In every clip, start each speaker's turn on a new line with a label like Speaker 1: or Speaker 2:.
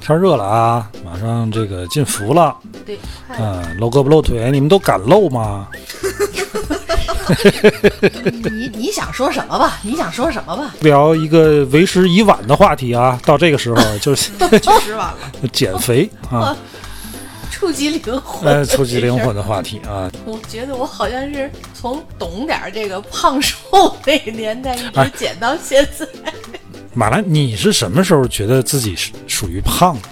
Speaker 1: 天热了啊，马上这个进伏了。
Speaker 2: 对，快
Speaker 1: 啊，露胳膊露腿，你们都敢露吗？
Speaker 2: 你你想说什么吧？你想说什么吧？
Speaker 1: 聊一个为时已晚的话题啊，到这个时候就是
Speaker 3: 确实晚了。
Speaker 1: 减肥啊，
Speaker 2: 触及灵魂
Speaker 1: 呃，触及灵魂的话题啊。
Speaker 2: 我觉得我好像是从懂点儿这个胖瘦那个年代一
Speaker 1: 哎
Speaker 2: 直减到现在。
Speaker 1: 马兰，你是什么时候觉得自己是属于胖的？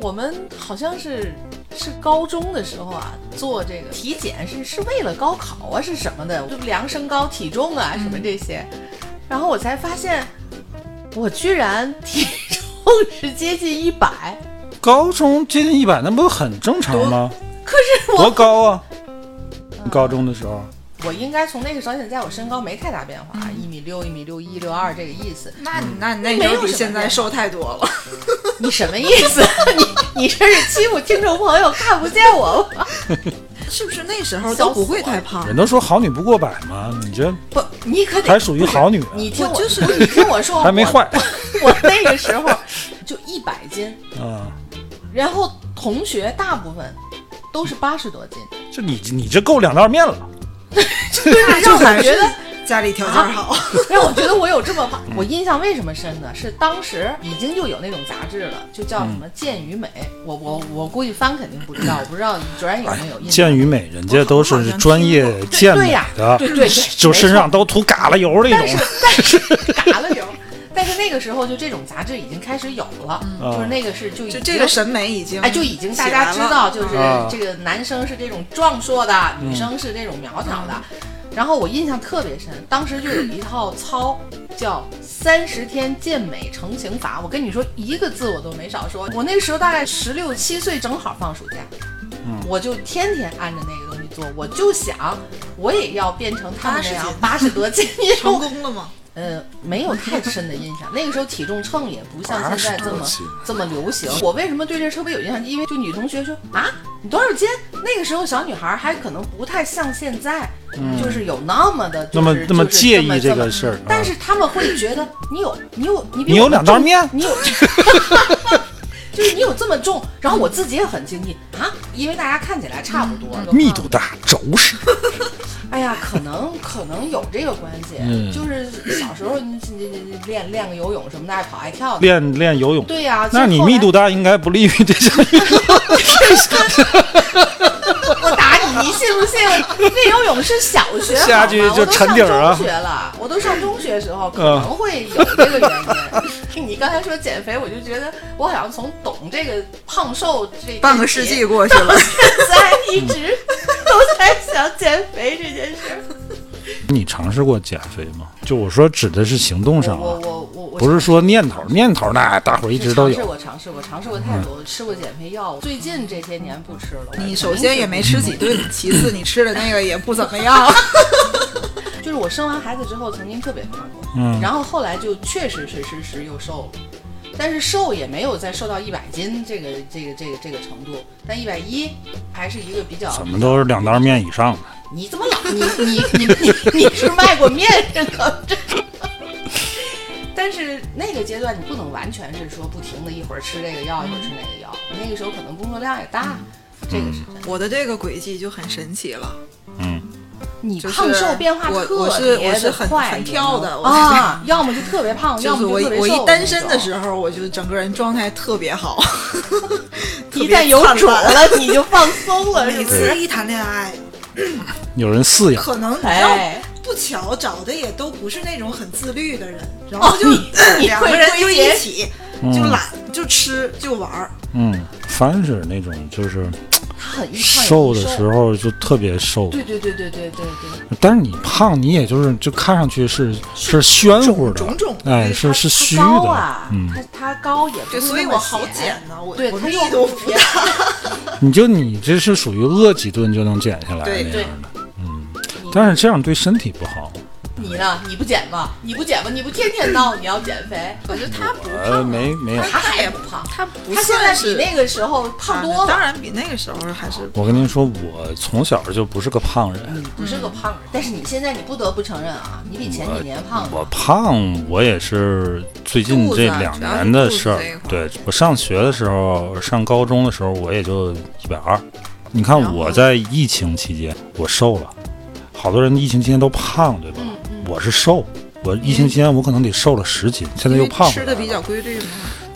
Speaker 2: 我们好像是是高中的时候啊，做这个体检是是为了高考啊，是什么的，就量身高、体重啊什么这些，然后我才发现，我居然体重是接近一百，
Speaker 1: 高中接近一百，那不很正常吗？
Speaker 2: 可是我
Speaker 1: 多高啊！
Speaker 2: 嗯
Speaker 1: 你高中的时候，
Speaker 2: 我应该从那个时候到现在我身高没太大变化，啊一米六、一米六一、六二这个意思。
Speaker 3: 那你那那你
Speaker 2: 没有
Speaker 3: 就比
Speaker 2: 什么
Speaker 3: 现在
Speaker 2: 呀
Speaker 3: 瘦太多了。
Speaker 2: 你什么意思？ 你你这是欺负听众朋友看不见我吗？
Speaker 3: 是不是那时候
Speaker 2: 笑
Speaker 3: 都不
Speaker 2: 死
Speaker 3: 会
Speaker 2: 我
Speaker 3: 太胖？
Speaker 1: 人都说好女不过百嘛，你这
Speaker 2: 不，你可得
Speaker 1: 还属于好女
Speaker 2: 你
Speaker 1: 人，
Speaker 2: 听我，
Speaker 3: 我就是
Speaker 2: 你听我说，
Speaker 1: 还没
Speaker 2: 我
Speaker 1: 坏
Speaker 2: 我那个时候就一百斤，
Speaker 1: 啊！
Speaker 2: 然后同学大部分都是八十多斤，
Speaker 1: 就你你这够两道面了，
Speaker 2: 啊
Speaker 3: 那就还
Speaker 2: 觉
Speaker 3: 是
Speaker 2: 得
Speaker 3: 家里条件好。
Speaker 2: 让我觉得我有这么胖。我印象为什么深呢？是当时已经就有那种杂志了，就叫什
Speaker 1: 嗯
Speaker 2: 么《健与美》。我我我估计帆肯定不知道，我不知道卓然有没有印象。
Speaker 1: 健与美人家都是专业健
Speaker 2: 对
Speaker 1: 美
Speaker 2: 呀
Speaker 1: 的，
Speaker 2: 对对对
Speaker 1: 就身上都涂嘎啦油那
Speaker 2: 但是
Speaker 1: 种。啊
Speaker 2: 但是嘎了流。但是那个时候就这种杂志已经开始有了，
Speaker 1: 嗯
Speaker 2: 就是那个是就已
Speaker 3: 就
Speaker 2: 经
Speaker 3: 这个审美已经
Speaker 2: 哎，就已经大
Speaker 3: 起
Speaker 2: 家
Speaker 3: 来
Speaker 2: 知
Speaker 3: 了
Speaker 2: 道，就是
Speaker 1: 啊
Speaker 2: 这个男生是这种壮硕的，女生是这种苗条的。然后我印象特别深，当时就有一套操叫“三十天健美成型法”，我跟你说一个字我都没少说。我那时候大概十六七岁，正好放暑假，我就天天按着那个东西做，我就想我也要变成他们那样八十多 斤，因为
Speaker 3: 成
Speaker 2: 我
Speaker 3: 功了吗？
Speaker 2: 呃，没有太深的印象。那个时候体重秤也不像现在这么
Speaker 1: 80多斤
Speaker 2: 这么流行。我为什么对这特别有印象？因为就女同学说啊，你多少斤？那个时候小女孩还可能不太像现在，就是有那么的、就
Speaker 1: 嗯
Speaker 2: 是
Speaker 1: 那么
Speaker 2: 就是
Speaker 1: 那么介意
Speaker 2: 这
Speaker 1: 这
Speaker 2: 么嗯
Speaker 1: 个事儿啊
Speaker 2: 但是他们会觉得你有你有你比
Speaker 1: 你有
Speaker 2: 我们
Speaker 1: 两道
Speaker 2: 重
Speaker 1: 面
Speaker 2: 你有。 就是你有这么重，然后我自己也很惊异啊，因为大家看起来差不多，
Speaker 1: 密度大，轴实。
Speaker 2: 哎呀，可能可能有这个关系，
Speaker 1: 嗯
Speaker 2: 就是小时候你你你你练练个游泳什么的，爱跑爱跳的。
Speaker 1: 练练游泳，
Speaker 2: 对呀、
Speaker 1: 那你
Speaker 2: 所以后来
Speaker 1: 密度大应该不利于这项 运动。
Speaker 2: 我打你，你信不信？练游泳是小学好吗
Speaker 1: 下去就沉底儿啊
Speaker 2: 我都上中学了，我都上中学时候可
Speaker 1: 嗯
Speaker 2: 能会有这个原因。 你刚才说减肥，我就觉得我好像从懂这个胖瘦这
Speaker 3: 半个世纪过去了，
Speaker 2: 在一直 都在想减肥这件事儿。
Speaker 1: 你尝试过减肥吗？就我说指的是行动上
Speaker 2: 我
Speaker 1: 啊，
Speaker 2: 我我我
Speaker 1: 不是说念头，念头那大伙儿一直都
Speaker 2: 尝试
Speaker 1: 有。
Speaker 2: 过，尝试过，尝试过太多，吃过减肥药，最近这些年不吃了。
Speaker 3: 你首先也没吃几顿，其次你吃的那个也不怎么样。
Speaker 2: 嗯就是我生完孩子之后曾经特别胖过，
Speaker 1: 嗯
Speaker 2: 然后后来就确实是实时又瘦了，但是瘦也没有再瘦到一百斤这个这个这个这个程度，但一百一还是一个比较。
Speaker 1: 怎么都是两刀面以上的，
Speaker 2: 你怎么老你你你你你是卖过面是吗？这 但是那个阶段你不能完全是说不停的一会儿吃这个药一会儿吃那个药，那个时候可能工作量也大，这个是
Speaker 1: 嗯
Speaker 2: 真的。
Speaker 3: 我的这个轨迹就很神奇了。
Speaker 2: 你
Speaker 3: 就是
Speaker 2: 胖瘦变化特别的
Speaker 3: 我我是我是很
Speaker 2: 快
Speaker 3: 很跳的我是
Speaker 2: 啊，要么就特别 胖，
Speaker 3: 就
Speaker 2: 要
Speaker 3: 是
Speaker 2: 么
Speaker 3: 我
Speaker 2: 特别瘦。
Speaker 3: 我一单身的
Speaker 2: 候，
Speaker 3: 时候，我就整个人状态特别 好，特
Speaker 2: 一
Speaker 3: 别
Speaker 2: 旦有
Speaker 3: 灿
Speaker 2: 主
Speaker 3: 烂。
Speaker 2: 了，你就放松了，
Speaker 3: 每
Speaker 2: 是 不
Speaker 3: 次
Speaker 2: 是？
Speaker 3: 一谈恋爱，
Speaker 1: 有人饲养。
Speaker 3: 可能要
Speaker 2: 哎，
Speaker 3: 不巧找的也都不是那种很自律的人，然
Speaker 2: 哦
Speaker 3: 后就、
Speaker 2: 你你
Speaker 3: 两个
Speaker 2: 会
Speaker 3: 人
Speaker 2: 归
Speaker 3: 就一
Speaker 2: 结
Speaker 1: 嗯
Speaker 3: 起就懒就吃就玩儿，
Speaker 1: 嗯，凡是那种就是
Speaker 2: 很易胖，也
Speaker 1: 瘦
Speaker 2: 很
Speaker 1: 的
Speaker 2: 易
Speaker 1: 时候就特别瘦，
Speaker 2: 对对对对对对对，
Speaker 1: 但是你胖，你也就是就看上去是是暄乎的，
Speaker 3: 种种
Speaker 1: 哎，
Speaker 2: 它
Speaker 1: 是是虚
Speaker 2: 它高
Speaker 1: 的。
Speaker 2: 啊，
Speaker 1: 嗯，
Speaker 2: 它它高也不
Speaker 3: 对，
Speaker 2: 是
Speaker 3: 所以
Speaker 2: 那么
Speaker 3: 我好
Speaker 2: 显
Speaker 3: 减呢，我
Speaker 2: 对
Speaker 3: 我
Speaker 2: 它
Speaker 3: 力
Speaker 2: 又
Speaker 3: 度不大，
Speaker 1: 你就你这是属于饿几顿就能减下来
Speaker 3: 对
Speaker 1: 那
Speaker 2: 对
Speaker 1: 样的，嗯
Speaker 2: 你
Speaker 1: 但是这样对身体不好。
Speaker 2: 你呢？你不减吗？你不减吗？你不天天闹你要减肥？ 我觉得他不胖、
Speaker 3: 啊
Speaker 1: 呃，没没有，
Speaker 2: 他也不胖，
Speaker 3: 它不
Speaker 2: 他现在比那个时候胖多
Speaker 3: 当
Speaker 2: 了，
Speaker 3: 然比那个时候还是
Speaker 1: 我跟您说，我从小就不是个胖人，
Speaker 2: 不是个胖人。但是你现在你不得不承认啊，你比前几年胖
Speaker 1: 我
Speaker 2: 了。
Speaker 1: 胖，我也是最近这两年的事儿
Speaker 3: 肚子啊主要是肚子这一。块
Speaker 1: 对我上学的时候，上高中的时候，我也就一百二。你看
Speaker 3: 然后
Speaker 1: 我在疫情期间，我瘦了，好多人疫情期间都胖，对吧？
Speaker 2: 嗯嗯
Speaker 1: 我是瘦，我疫情期间我可能得瘦了十斤，现在
Speaker 3: 因
Speaker 1: 又
Speaker 3: 为
Speaker 1: 胖回
Speaker 3: 吃
Speaker 1: 来
Speaker 3: 的
Speaker 1: 了啊
Speaker 3: 比较规律嘛。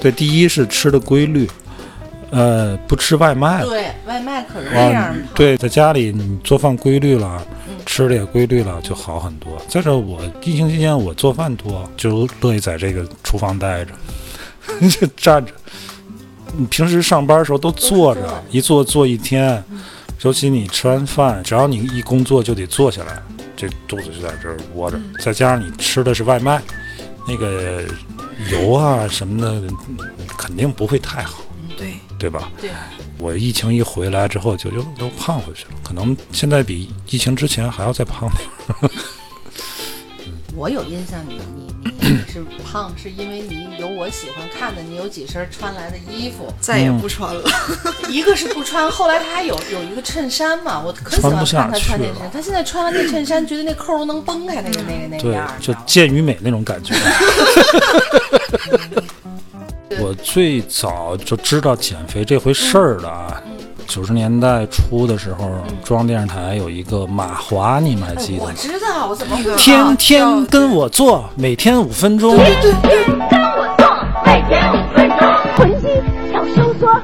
Speaker 1: 对，第一是吃的规律，呃，不吃外卖了。
Speaker 2: 对，外卖可是
Speaker 1: 啊，
Speaker 2: 那样胖。
Speaker 1: 对，在家里你做饭规律了，
Speaker 2: 嗯
Speaker 1: 吃的也规律了，就好很多。再者，我疫情期间我做饭多，就乐意在这个厨房待着， 就站着。你平时上班的时候都坐
Speaker 2: 都是坐
Speaker 1: 着
Speaker 2: 嗯着，
Speaker 1: 一坐坐一天。尤其你吃完饭，只要你一工作就得坐下来，这肚子就在这儿窝着。
Speaker 2: 嗯
Speaker 1: 再加上你吃的是外卖，那个油啊什么的，肯定不会太好，
Speaker 2: 嗯
Speaker 3: 对，
Speaker 1: 对吧？
Speaker 2: 对，
Speaker 1: 我疫情一回来之后，就又都胖回去了，可能现在比疫情之前还要再胖点。
Speaker 2: 我有印象你，你 你你是胖，是因为你有我喜欢看的，你有几身穿来的衣服，
Speaker 3: 再
Speaker 1: 嗯
Speaker 3: 也不穿 了。
Speaker 2: 一个是不穿，后来他还有有一个衬衫嘛，我可喜
Speaker 1: 穿
Speaker 2: 欢
Speaker 1: 不下
Speaker 2: 看他穿
Speaker 1: 去
Speaker 2: 那衬
Speaker 1: 了
Speaker 2: 衫。他现在穿完那衬衫，觉得那扣儿都能崩开，那个那个那个
Speaker 1: 对
Speaker 2: 样儿，你知
Speaker 1: 就
Speaker 2: 道吗
Speaker 1: 健与美那种 感觉。我最早就知道减肥这回事儿的啊，九十年代初的时候，中央电视台有一个马华，你们还记
Speaker 2: 哎
Speaker 1: 得
Speaker 2: 嗯我
Speaker 1: 吗？
Speaker 2: 知道，我怎么
Speaker 3: 那个
Speaker 2: 不知道
Speaker 1: 嗯天天跟我做，每天五分钟。
Speaker 4: 跟我做，每天五分钟，臀肌要收缩，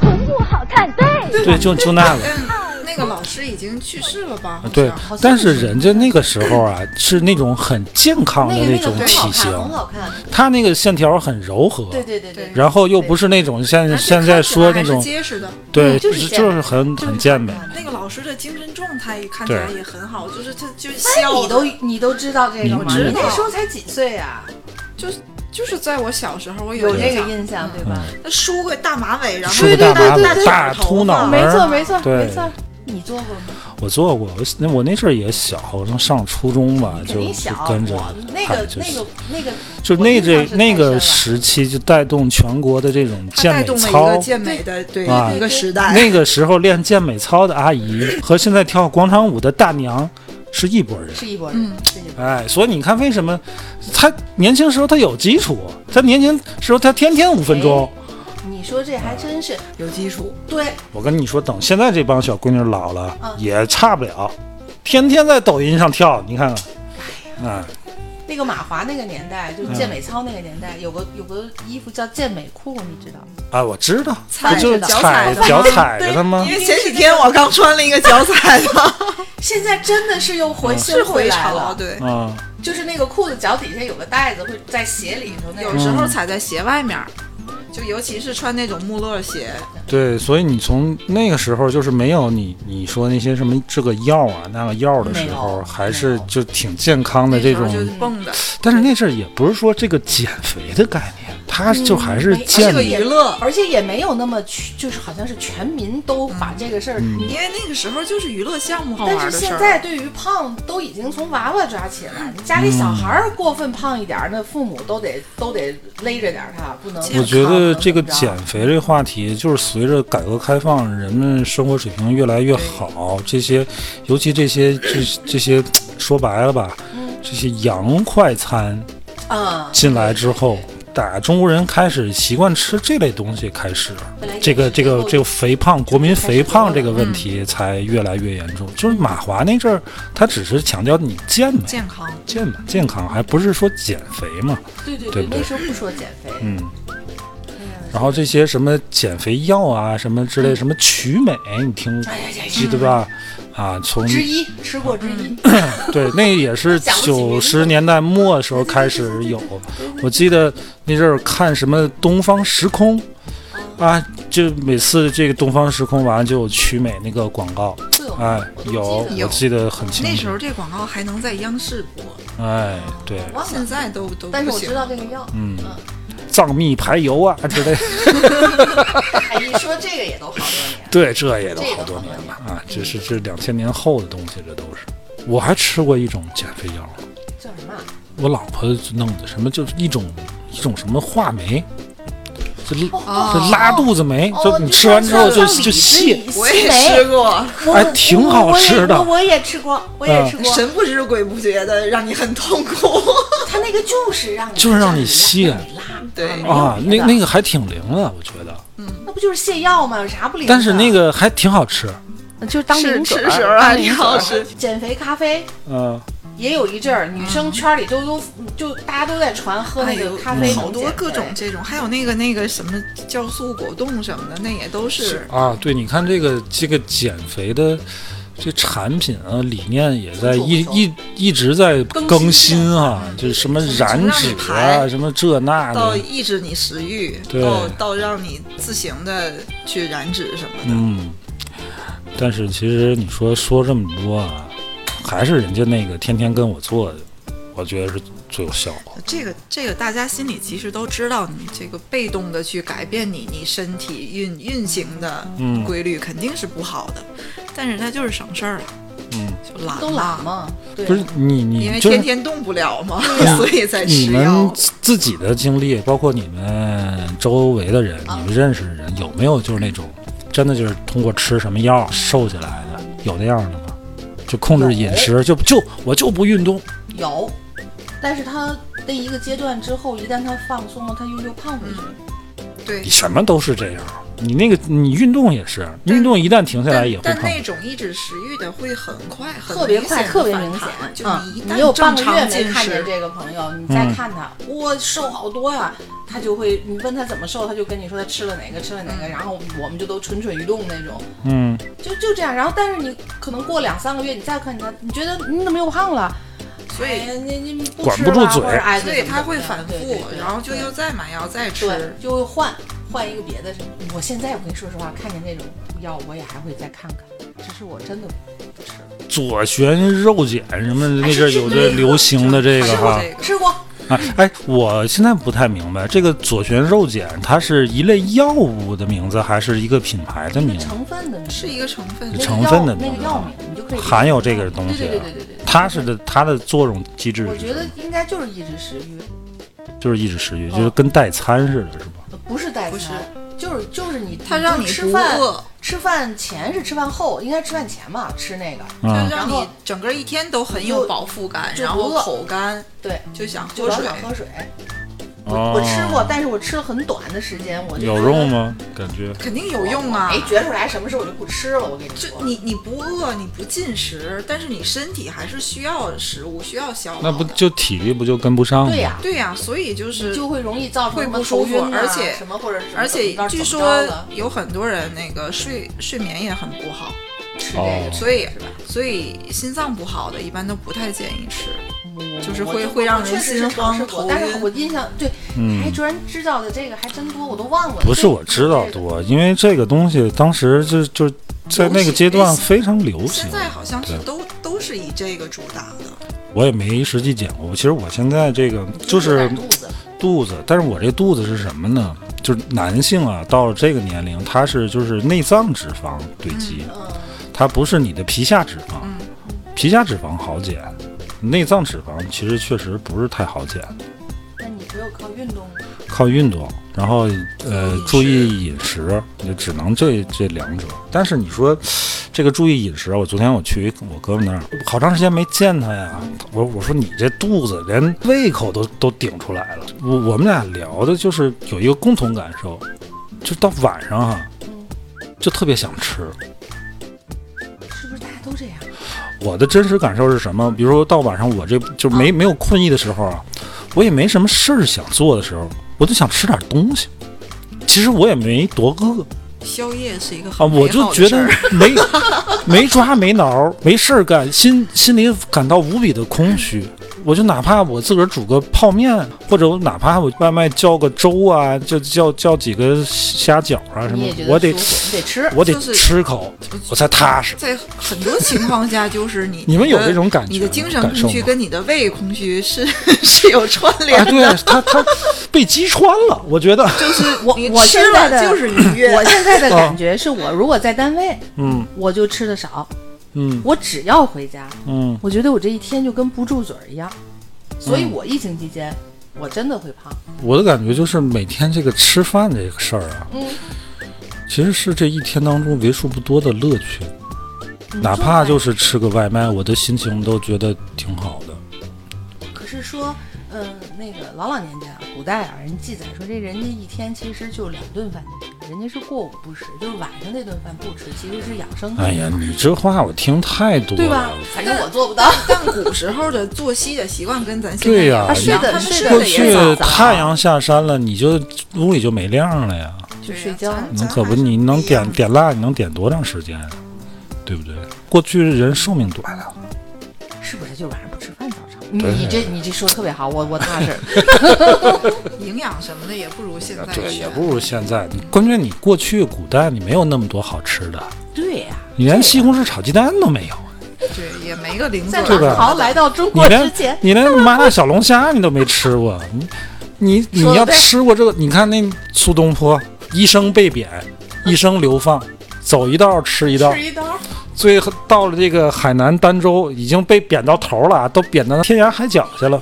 Speaker 4: 臀部好看，对。
Speaker 1: 对，就就那个。
Speaker 3: 但那个老师已经去世了吧？好像
Speaker 1: 啊对
Speaker 2: 好，像
Speaker 1: 但是
Speaker 2: 是
Speaker 1: 人家那个时候啊，是那种很健康的
Speaker 2: 那个那个
Speaker 1: 种
Speaker 2: 很好
Speaker 1: 体
Speaker 2: 看，
Speaker 1: 型，
Speaker 2: 很好看，
Speaker 1: 他那个线条很柔和，
Speaker 2: 对对对对，
Speaker 1: 然后又不是那种像现在说那
Speaker 3: 还是
Speaker 1: 种，
Speaker 3: 结实的。
Speaker 1: 对，
Speaker 2: 嗯
Speaker 1: 就
Speaker 2: 就是是
Speaker 1: 就是很
Speaker 2: 就是
Speaker 1: 很健美。
Speaker 2: 好看
Speaker 3: 那个老师的精神状态也看起
Speaker 1: 对
Speaker 3: 来也很好，就是他就
Speaker 2: 哎，
Speaker 3: 笑
Speaker 2: 你
Speaker 3: 的，
Speaker 2: 都你都知道这个吗？
Speaker 1: 你
Speaker 2: 你
Speaker 3: 知道
Speaker 2: 那时候才几岁啊？
Speaker 3: 就是在我小时候我
Speaker 2: 有
Speaker 3: 印
Speaker 2: 这个
Speaker 3: 象，
Speaker 2: 印象对吧？
Speaker 3: 他梳个大马尾，然后
Speaker 1: 梳个大马尾
Speaker 2: 对对对对、对
Speaker 1: 大秃脑门
Speaker 2: 没
Speaker 1: 儿，
Speaker 2: 错没错
Speaker 1: 嗯对
Speaker 2: 没错，你做过吗？
Speaker 1: 我做过，我那我那阵儿也小，我能上初中吧，
Speaker 2: 肯
Speaker 1: 就就
Speaker 2: 定小，
Speaker 1: 跟着
Speaker 2: 我那
Speaker 1: 看
Speaker 2: 个
Speaker 1: 就
Speaker 2: 那
Speaker 1: 是
Speaker 2: 个那个，
Speaker 1: 就
Speaker 2: 我
Speaker 1: 那
Speaker 2: 印象
Speaker 1: 这
Speaker 2: 是太啊
Speaker 1: 那
Speaker 2: 深
Speaker 1: 个
Speaker 2: 了
Speaker 1: 时期就带动全国的这种
Speaker 3: 他
Speaker 1: 健
Speaker 3: 带
Speaker 1: 美
Speaker 3: 动了一个
Speaker 1: 操。
Speaker 3: 健美的对
Speaker 1: 啊
Speaker 3: 一个时代。
Speaker 1: 那个时候练健美操的阿 姨和现在跳广场舞的大娘是一拨人。
Speaker 2: 是一拨人，是一拨人。
Speaker 1: 哎，所以你看，为什么他年轻时候他有基础，他年轻时候他天天五分
Speaker 2: 哎
Speaker 1: 钟。
Speaker 2: 你说这还真是
Speaker 3: 有基础，
Speaker 2: 对，
Speaker 1: 我跟你说，等现在这帮小闺女老了，
Speaker 2: 嗯
Speaker 1: 也差不了，天天在抖音上跳，你看看。哎，
Speaker 2: 那个马华那个年代，就是
Speaker 1: 嗯
Speaker 2: 健美操那个年代，有个有个衣服叫健美裤，你知道吗？
Speaker 1: 啊，我知道，
Speaker 3: 踩
Speaker 1: 不就
Speaker 3: 着脚
Speaker 1: 踩
Speaker 3: 踩的吗
Speaker 1: 脚踩着的吗
Speaker 3: 因？为前几天我刚穿了一个脚踩的，
Speaker 2: 现在真的是
Speaker 1: 嗯
Speaker 2: 又回
Speaker 3: 是
Speaker 2: 是
Speaker 3: 回
Speaker 2: 来
Speaker 3: 潮，
Speaker 2: 了，
Speaker 3: 对。
Speaker 1: 啊，
Speaker 2: 就是那个裤子脚底下有个带子，会在鞋里头那
Speaker 3: 有
Speaker 2: 种。
Speaker 3: 时候踩在鞋外面儿，就尤其是穿那种穆勒鞋，
Speaker 1: 对，所以你从那个时候就是没有你你说那些什么这个药啊那个药的时
Speaker 2: 没
Speaker 1: 候，
Speaker 2: 有
Speaker 1: 还
Speaker 2: 没
Speaker 1: 是
Speaker 2: 有
Speaker 1: 就挺健康的
Speaker 3: 那
Speaker 1: 这
Speaker 3: 时
Speaker 1: 种
Speaker 3: 候就是蹦的，
Speaker 1: 但是那阵儿也不是说这个减肥的概念，它就还是
Speaker 2: 没
Speaker 1: 健
Speaker 3: 是嗯个
Speaker 1: 美。
Speaker 3: 娱乐。
Speaker 2: 而且也没有那么去，就是好像是全民都把这个事儿。
Speaker 1: 嗯
Speaker 3: 因为那个时候就是娱乐项目好玩
Speaker 2: 但
Speaker 3: 的
Speaker 2: 是
Speaker 3: 事
Speaker 2: 现
Speaker 3: 儿。嗯
Speaker 2: 在对于胖都已经从娃娃抓起了，你家里小孩儿过分胖一点儿，那父母都得都得勒着点儿他，不能。
Speaker 1: 我觉得这个
Speaker 2: 不能
Speaker 1: 减肥这个话题，就是随着改革开放，人们生活水平越来越好，这些，尤其这些这这些，说白了吧，这些洋快餐
Speaker 2: 啊，
Speaker 1: 进来之后，打中国人开始习惯吃这类东西开始，这个这个这个肥胖，国民肥胖这个问题才越来越严重。就是马华那阵儿，他只是强调你健美。
Speaker 3: 健康，
Speaker 2: 嗯
Speaker 1: 健美健康，还不是说减肥嘛？
Speaker 2: 对对
Speaker 1: 对
Speaker 2: 对
Speaker 1: 不，对
Speaker 2: 那时候不说减肥，
Speaker 1: 嗯。然后这些什么减肥药啊，什么之类，什么曲美，你听
Speaker 2: 嗯哎呀呀呀
Speaker 1: 记得吧？啊，从
Speaker 2: 之一吃过之一，
Speaker 3: 嗯
Speaker 1: 对，那也是
Speaker 2: 想不起名
Speaker 1: 九
Speaker 2: 字
Speaker 1: 十年代末的时候开
Speaker 2: 嗯
Speaker 1: 始有。我记得那阵儿看什么《东方时空》啊，就每次这个东方时空完就有曲美那个广告，
Speaker 2: 是有
Speaker 1: 哎
Speaker 2: 吗，我都
Speaker 1: 有，
Speaker 2: 记得
Speaker 1: 我记得很清楚。
Speaker 3: 那时候这广告还能在央视播，
Speaker 1: 哎，对，
Speaker 2: 忘
Speaker 3: 现
Speaker 2: 了，
Speaker 3: 在都都
Speaker 2: 但是
Speaker 3: 不
Speaker 2: 我
Speaker 3: 行
Speaker 2: 知。道这个药。
Speaker 1: 嗯，藏秘排油啊之类的，
Speaker 2: 哎，一说这个也都好多年。
Speaker 1: 对，这也都
Speaker 2: 这个
Speaker 1: 好多年了
Speaker 2: 好
Speaker 1: 啊，这是这两千年后的东西，这都是。我还吃过一种减肥药，
Speaker 2: 叫什么啊？
Speaker 1: 我老婆弄的什么，就是一种一种什么话梅，就
Speaker 2: 哦
Speaker 1: 就拉肚子梅，
Speaker 2: 哦
Speaker 1: 就你吃完之后就
Speaker 2: 就像
Speaker 1: 就泻
Speaker 2: 李。子
Speaker 3: 我也
Speaker 2: 梅
Speaker 3: 吃过，
Speaker 2: 我
Speaker 1: 哎挺好
Speaker 2: 我我也
Speaker 1: 吃的
Speaker 2: 我我也吃过，我也吃过。
Speaker 3: 神不知鬼不觉的让你很痛苦。
Speaker 2: 它那个就是让你
Speaker 1: 就是让你泻
Speaker 2: 让 你拉
Speaker 3: 对
Speaker 1: 啊，那
Speaker 2: 没有别的
Speaker 1: 那个还挺灵的，我觉得，
Speaker 2: 那不就是泻药吗？有啥不灵的？啊
Speaker 1: 但是那个还挺好吃，
Speaker 2: 就是当
Speaker 3: 是
Speaker 2: 零嘴
Speaker 3: 吃
Speaker 2: 儿
Speaker 3: 时候
Speaker 2: 当
Speaker 3: 还
Speaker 2: 零
Speaker 3: 挺
Speaker 2: 嘴儿
Speaker 3: 好吃。
Speaker 2: 减肥咖啡
Speaker 1: 嗯、
Speaker 2: 也有一阵儿，女
Speaker 3: 嗯
Speaker 2: 生圈里都都就大家都在传喝那个咖啡，
Speaker 3: 哎嗯好多各种。这种，还有那个那个什么酵素果冻什么的，那也都是
Speaker 1: 啊，对，你看这个这个减肥的这产品啊，理念也在一一一直在更
Speaker 2: 更
Speaker 1: 新
Speaker 2: 新
Speaker 1: 啊，就是什么燃脂
Speaker 3: 从让
Speaker 1: 啊，
Speaker 3: 你
Speaker 1: 什么这那
Speaker 3: 到
Speaker 1: 的，
Speaker 3: 抑制你食欲，
Speaker 1: 对
Speaker 3: 到到让你自行的去燃脂什么的。
Speaker 1: 嗯。但是其实你说说这么多啊，还是人家那个天天跟我做的，我觉得是最有效果。
Speaker 3: 这个这个大家心里其实都知道，你这个被动的去改变你你身体运运行的
Speaker 1: 嗯
Speaker 3: 规律肯定是不好的，但是它就是省事儿了，
Speaker 1: 嗯，
Speaker 3: 就懒
Speaker 2: 都懒
Speaker 3: 了，
Speaker 2: 嘛，对
Speaker 1: 不是你
Speaker 3: 因
Speaker 1: 你
Speaker 3: 为
Speaker 1: 就
Speaker 3: 天
Speaker 1: 是
Speaker 3: 天动不了嘛， 所以才
Speaker 1: 你
Speaker 3: 吃
Speaker 1: 们
Speaker 3: 药。
Speaker 1: 自自己的经历，包括你们周围的人，你们认识的人，有没有就是那种真的就是通过吃什么药瘦下来的？有那样的吗？就控制饮食，就就我就不运动，
Speaker 2: 有，但是他的一个阶段之后，一旦他放松了，他又又胖回去。
Speaker 3: 对
Speaker 1: 你，什么都是这样。你那个你运动也是，运动一旦停下来
Speaker 3: 但
Speaker 1: 也会
Speaker 3: 但
Speaker 1: 胖。
Speaker 3: 那种抑制食欲的会很快，很
Speaker 2: 特别
Speaker 3: 明
Speaker 2: 快，
Speaker 3: 显地
Speaker 2: 特别
Speaker 3: 反
Speaker 2: 明显
Speaker 3: 弹。就
Speaker 2: 嗯
Speaker 3: 你一，
Speaker 2: 你有
Speaker 3: 旦
Speaker 2: 半
Speaker 3: 正
Speaker 2: 个月
Speaker 3: 常
Speaker 2: 没
Speaker 3: 进
Speaker 2: 看见
Speaker 3: 食，
Speaker 2: 这个朋友，你再
Speaker 1: 嗯
Speaker 2: 看他，哇，瘦好多呀、他就会，你问他怎么瘦，他就跟你说他吃了哪个，吃了哪个，
Speaker 3: 嗯
Speaker 2: 然后我们就都蠢蠢欲动那种，
Speaker 1: 嗯，
Speaker 2: 就就这样。然后，但是你可能过两三个月，你再看见他，你觉得你怎么又胖了？
Speaker 3: 所
Speaker 2: 哎
Speaker 3: 以
Speaker 2: 呀，你你不
Speaker 1: 管
Speaker 2: 吃
Speaker 1: 不住
Speaker 2: 了
Speaker 1: 嘴
Speaker 2: 或者哎，
Speaker 3: 所
Speaker 2: 对
Speaker 3: 以它会反
Speaker 2: 对
Speaker 3: 复
Speaker 2: 对对，
Speaker 3: 然后就又再买药再吃。
Speaker 2: 对，就会换换一个别的什么。我现在我跟你说实话，看见那种药，我也还会再看看，只是我真的不吃了。
Speaker 1: 左旋肉碱什么的，
Speaker 2: 哎
Speaker 1: 那阵儿有这流行的这
Speaker 3: 还
Speaker 1: 个
Speaker 3: 有
Speaker 1: 哈。
Speaker 3: 这个
Speaker 2: 吃过，
Speaker 1: 啊，哎，我现在不太明白，这个左旋肉碱它是一类药物的名字，还是一个品牌的
Speaker 2: 那
Speaker 1: 名
Speaker 2: 个
Speaker 1: 字？
Speaker 2: 成分的
Speaker 3: 是一个成分
Speaker 2: 那
Speaker 1: 这
Speaker 2: 个，
Speaker 1: 成分的
Speaker 2: 那
Speaker 1: 东西
Speaker 2: 个
Speaker 1: 啊
Speaker 2: 药名，你就可以
Speaker 1: 含有这个东西啊
Speaker 2: 对对对对对对。
Speaker 1: 它是的，它的作用机制
Speaker 2: 我
Speaker 1: 是什
Speaker 2: 觉得
Speaker 1: 么？
Speaker 2: 应该就是抑制食欲，
Speaker 1: 就是抑制食欲，
Speaker 2: 哦
Speaker 1: 就是跟代餐似的，是吧？
Speaker 2: 呃不是代
Speaker 3: 不是
Speaker 2: 餐，就是就是你，
Speaker 3: 它让
Speaker 2: 就
Speaker 3: 你
Speaker 2: 吃
Speaker 3: 不
Speaker 2: 饭
Speaker 3: 饿，
Speaker 2: 吃饭前是吃饭后，应该吃饭前吧，吃那个，
Speaker 3: 它
Speaker 1: 啊，
Speaker 3: 让
Speaker 2: 然后
Speaker 3: 你整个一天都很
Speaker 2: 就
Speaker 3: 有饱腹感，
Speaker 2: 就
Speaker 3: 然
Speaker 2: 不
Speaker 3: 后
Speaker 2: 饿
Speaker 3: 口干，
Speaker 2: 对，
Speaker 3: 就想
Speaker 2: 就
Speaker 3: 喝
Speaker 2: 老
Speaker 3: 水。
Speaker 2: 想喝水。我
Speaker 1: 哦
Speaker 2: 我吃过，但是我吃了很短的时间，我就
Speaker 1: 有
Speaker 2: 觉得
Speaker 1: 用？吗？感觉
Speaker 3: 肯定有用啊
Speaker 2: 没！觉出来什么时候我就不吃了，我跟你
Speaker 3: 就
Speaker 2: 说。
Speaker 3: 你你不饿，你不进食，但是你身体还是需要食物，需要消耗的。
Speaker 1: 那不就体力不就跟不上吗？
Speaker 2: 对呀、
Speaker 3: 对呀、所以就是
Speaker 2: 就会容易造成
Speaker 3: 会
Speaker 2: 什么
Speaker 3: 不舒
Speaker 2: 头
Speaker 3: 服
Speaker 2: 晕啊，
Speaker 3: 而且
Speaker 2: 什么或者是
Speaker 3: 而且
Speaker 2: 怎么着
Speaker 3: 据
Speaker 2: 怎么
Speaker 3: 说
Speaker 2: 着的
Speaker 3: 有很多人那个睡睡眠也很不好，
Speaker 2: 吃这
Speaker 1: 哦
Speaker 2: 个，
Speaker 3: 所以
Speaker 2: 是吧
Speaker 3: 所以心脏不好的一般都不太建议吃。
Speaker 2: 我
Speaker 3: 就是
Speaker 2: 嗯我
Speaker 3: 会
Speaker 2: 就
Speaker 3: 会让
Speaker 2: 我
Speaker 3: 人
Speaker 2: 确实
Speaker 3: 心
Speaker 2: 是尝试
Speaker 3: 慌
Speaker 2: 过
Speaker 3: 头
Speaker 2: 但是
Speaker 3: 晕
Speaker 2: 我印象对，
Speaker 1: 嗯
Speaker 2: 还居然知道的这个还真多，我都忘了。
Speaker 1: 不是
Speaker 2: 这
Speaker 1: 我知道
Speaker 2: 这个
Speaker 1: 多，因为这个东西当时就就在那个阶段非常流行
Speaker 3: 现。在好像是
Speaker 1: 对
Speaker 3: 都都是以这个主打的，
Speaker 1: 我也没实际减过，其实我现在这个就
Speaker 2: 有
Speaker 1: 是
Speaker 2: 点肚子
Speaker 1: 肚子，但是我这肚子是什么呢？就是男性啊，到了这个年龄，它是就是内脏脂肪堆积，它不是你的皮下脂肪，皮下脂肪好减，内脏脂肪其实确实不是太好减，
Speaker 2: 那你只有靠运动吗，
Speaker 1: 靠运动，然后呃
Speaker 3: 饮食
Speaker 1: 注意饮食，也只能这这两者。但是你说这个注意饮食啊，我昨天我去我哥们那儿，好长时间没见他呀，我我说你这肚子连胃口都都顶出来了。我我们俩聊的就是有一个共同感受，就到晚上哈、就特别想吃。
Speaker 2: 是不是大家都这样？
Speaker 1: 我的真实感受是什么？比如说到晚上我这就没没有困意的时候啊，我也没什么事儿想做的时候，我就想吃点东西。其实我也没多饿
Speaker 3: 宵夜是一个
Speaker 1: 啊，
Speaker 3: 很
Speaker 1: 我
Speaker 3: 美好
Speaker 1: 就
Speaker 3: 的
Speaker 1: 觉
Speaker 3: 事
Speaker 1: 得
Speaker 3: 儿
Speaker 1: 没 没抓没挠，没事儿干，心心里感到无比的空虚。我就哪怕我自个儿煮个泡面，或者我哪怕我外卖叫个粥啊，就叫叫几个虾饺啊什
Speaker 2: 你
Speaker 1: 么
Speaker 2: 也觉，得
Speaker 1: 我得
Speaker 2: 舒服你得吃，
Speaker 1: 我得
Speaker 3: 就是
Speaker 1: 吃口，我才踏实。
Speaker 3: 在很多情况下，就是你
Speaker 1: 你们有
Speaker 3: 的
Speaker 1: 这种感觉
Speaker 3: 你的精神
Speaker 1: 感受
Speaker 3: 空虚
Speaker 1: 吗
Speaker 3: 跟你的胃空虚是 是有串
Speaker 1: 哎，
Speaker 3: 联的，
Speaker 1: 对他他被击穿了，我觉得，
Speaker 3: 就是
Speaker 2: 我
Speaker 3: 你
Speaker 2: 我
Speaker 3: 吃
Speaker 2: 现在
Speaker 3: 了
Speaker 2: 的
Speaker 3: 就是愉悦。哦
Speaker 2: 我现在的感觉是我如果在单位，
Speaker 1: 嗯
Speaker 2: 我就吃的少，
Speaker 1: 嗯
Speaker 2: 我只要回家，
Speaker 1: 嗯，
Speaker 2: 我觉得我这一天就跟不住嘴儿一样。所以
Speaker 1: 嗯
Speaker 2: 我疫情期间，我真的会胖。
Speaker 1: 我的感觉就是每天这个吃饭这个事儿啊，
Speaker 2: 嗯，
Speaker 1: 其实是这一天当中为数不多的乐趣，
Speaker 2: 嗯
Speaker 1: 哪怕就是吃个外卖，我的心情都觉得挺好的。
Speaker 2: 可是说，嗯、那个老老年间啊，古代啊，人记载说这人家一天其实就两顿饭，人家是过午不食，就是晚上那顿饭不吃，其实是养生的，
Speaker 1: 哎呀，
Speaker 3: 嗯
Speaker 1: 你这话我听太多
Speaker 2: 对吧
Speaker 1: 了。？
Speaker 2: 反正我做 不到。
Speaker 3: 但古时候的作息的习惯跟咱现在
Speaker 1: 对呀
Speaker 3: 也不一样
Speaker 2: 啊睡得
Speaker 3: 他们
Speaker 2: 睡
Speaker 3: 睡
Speaker 2: 得
Speaker 1: 过
Speaker 3: 得
Speaker 1: 去
Speaker 3: 也早，
Speaker 2: 早
Speaker 1: 太阳下山了，你就屋里就没亮了呀。
Speaker 2: 就
Speaker 3: 对呀
Speaker 2: 睡觉
Speaker 3: 咱
Speaker 1: 你
Speaker 3: 咱
Speaker 1: 可
Speaker 3: 还
Speaker 1: 不，
Speaker 3: 是
Speaker 1: 你能
Speaker 3: 一样
Speaker 1: 点点蜡，你能点多长时间啊？对不对？过去人寿命短啊，
Speaker 2: 是不是就晚上不吃饭，早上？你你这你这说的特别好，我我踏实。
Speaker 3: 营养什么的也不如现在
Speaker 1: 对，也
Speaker 3: 全
Speaker 1: 不如现在。你关键你过去古代你没有那么多好吃的，
Speaker 2: 对 呀、
Speaker 1: 你连西红柿炒鸡蛋都没有，
Speaker 3: 对，也没个零
Speaker 2: 在
Speaker 3: 嘴
Speaker 1: 这个
Speaker 2: 马
Speaker 1: 吧
Speaker 3: 儿。
Speaker 2: 航来到中
Speaker 1: 你
Speaker 2: 国之
Speaker 1: 连
Speaker 2: 前，
Speaker 1: 你连麻辣小龙虾你都没吃过，你你你
Speaker 2: 说得
Speaker 1: 要
Speaker 2: 对
Speaker 1: 吃过这个，你看那苏东坡一生被贬，一生流放，走一道吃一道，
Speaker 2: 一刀，
Speaker 1: 最后到了这个海南儋州，已经被贬到头了啊，都贬到天涯海角去了。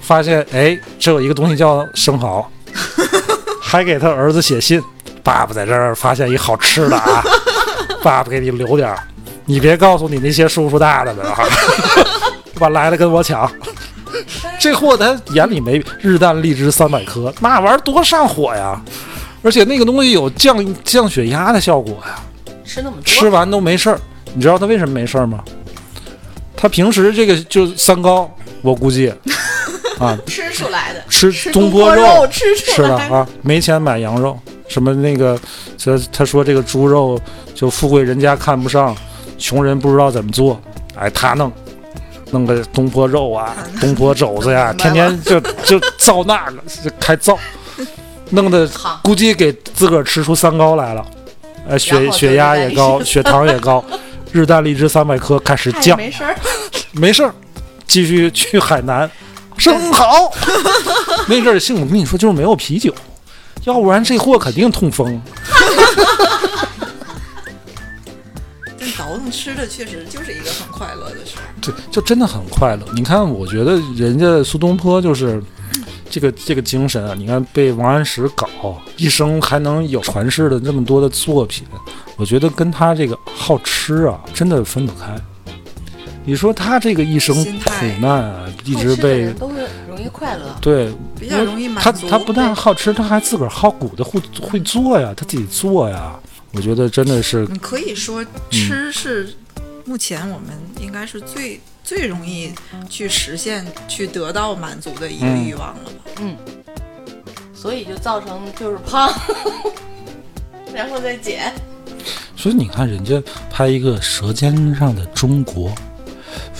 Speaker 1: 发现哎，这有一个东西叫生蚝，还给他儿子写信，爸爸在这儿发现一好吃的啊，爸爸给你留点儿，你别告诉你那些叔叔大的们啊，晚来了跟我抢。这货他眼里没日啖荔枝三百颗，那玩意儿多上火呀！而且那个东西有降降血压的效果呀。
Speaker 2: 吃那么多，
Speaker 1: 吃完都没事儿。你知道他为什么没事儿吗？他平时这个就是三高，我估计啊，
Speaker 2: 吃出来的，
Speaker 1: 吃
Speaker 2: 吃
Speaker 1: 东
Speaker 2: 坡
Speaker 1: 坡肉
Speaker 2: 吃出
Speaker 1: 吃
Speaker 2: 来
Speaker 1: 的啊，没钱买羊肉，什么那个，他他说这个猪肉就富贵人家看不上，穷人不知道怎么做，哎，他弄。弄个东坡肉 啊，东坡肘子呀、天
Speaker 3: 明白了
Speaker 1: 天就就造那个，就开造，弄得
Speaker 2: 好
Speaker 1: 估计给自个儿吃出三高来了，呃，
Speaker 2: 然
Speaker 1: 血
Speaker 2: 后就
Speaker 1: 血压也高，
Speaker 2: 是
Speaker 1: 血糖也高，日啖荔枝三百颗开始
Speaker 2: 哎
Speaker 1: 降，
Speaker 2: 没事儿，
Speaker 1: 没事儿，继续去海南，生蚝。 那阵儿幸我跟你说，就是没有啤酒，要不然这货肯定痛风。
Speaker 3: 但倒腾吃的确实就是一个很快乐的事儿。
Speaker 1: 对，就真的很快乐。你看，我觉得人家苏东坡就是这个这个精神啊。你看被王安石搞，一生还能有传世的这么多的作品，我觉得跟他这个好吃啊，真的分不开。你说他这个一生
Speaker 3: 心
Speaker 1: 苦
Speaker 3: 态
Speaker 1: 难啊，一
Speaker 2: 好
Speaker 1: 直
Speaker 2: 吃的
Speaker 1: 被
Speaker 2: 人都是容易快乐。
Speaker 1: 对，
Speaker 3: 比较容易满
Speaker 1: 他
Speaker 3: 足
Speaker 1: 他不但好吃，他还自个儿好鼓的会会做呀，他自己做呀。我觉得真的是
Speaker 3: 你可以
Speaker 1: 嗯
Speaker 3: 说吃是目前我们应该是最最容易去实现、去得到满足的一个
Speaker 1: 嗯
Speaker 3: 欲望了吧？
Speaker 2: 所以就造成就是胖， 然后再减。
Speaker 1: 所以你看，人家拍一个《舌尖上的中国》，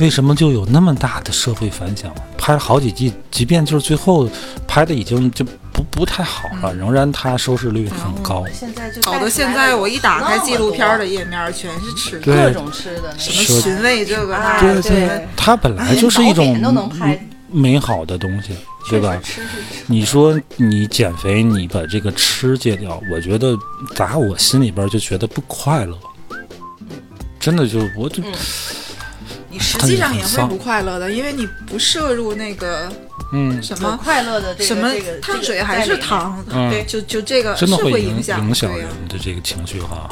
Speaker 1: 为什么就有那么大的社会反响？拍了好几季，即便就是最后拍的已经就不不太好了，仍然它收视率很高。
Speaker 2: 现在就
Speaker 3: 搞得现在我一打开纪录片的页面儿全是吃的，
Speaker 2: 各
Speaker 1: 对
Speaker 2: 种吃的，
Speaker 3: 什么寻味这个那
Speaker 2: 哎
Speaker 3: 个
Speaker 1: 对
Speaker 2: 对对
Speaker 1: 它本来就是一种
Speaker 2: 连早点都能拍
Speaker 1: 美好的东西，对吧？
Speaker 2: 确实吃是吃。
Speaker 1: 你说你减肥，你把这个吃戒掉，我觉得打我心里边就觉得不快乐，真的就我就
Speaker 3: 你实际上
Speaker 1: 很
Speaker 3: 也
Speaker 1: 很
Speaker 3: 会
Speaker 1: 丧
Speaker 3: 不快乐的，因为你不摄入那个
Speaker 1: 嗯，
Speaker 3: 什
Speaker 2: 有
Speaker 3: 么
Speaker 2: 快乐的这个
Speaker 3: 什么
Speaker 2: 这个
Speaker 3: 碳水还是，糖，
Speaker 1: 嗯
Speaker 3: 对，就就这个
Speaker 1: 真的
Speaker 3: 是会
Speaker 1: 影
Speaker 3: 响，
Speaker 1: 影响
Speaker 3: 对
Speaker 1: 人
Speaker 3: 呀，
Speaker 1: 的这个情绪哈。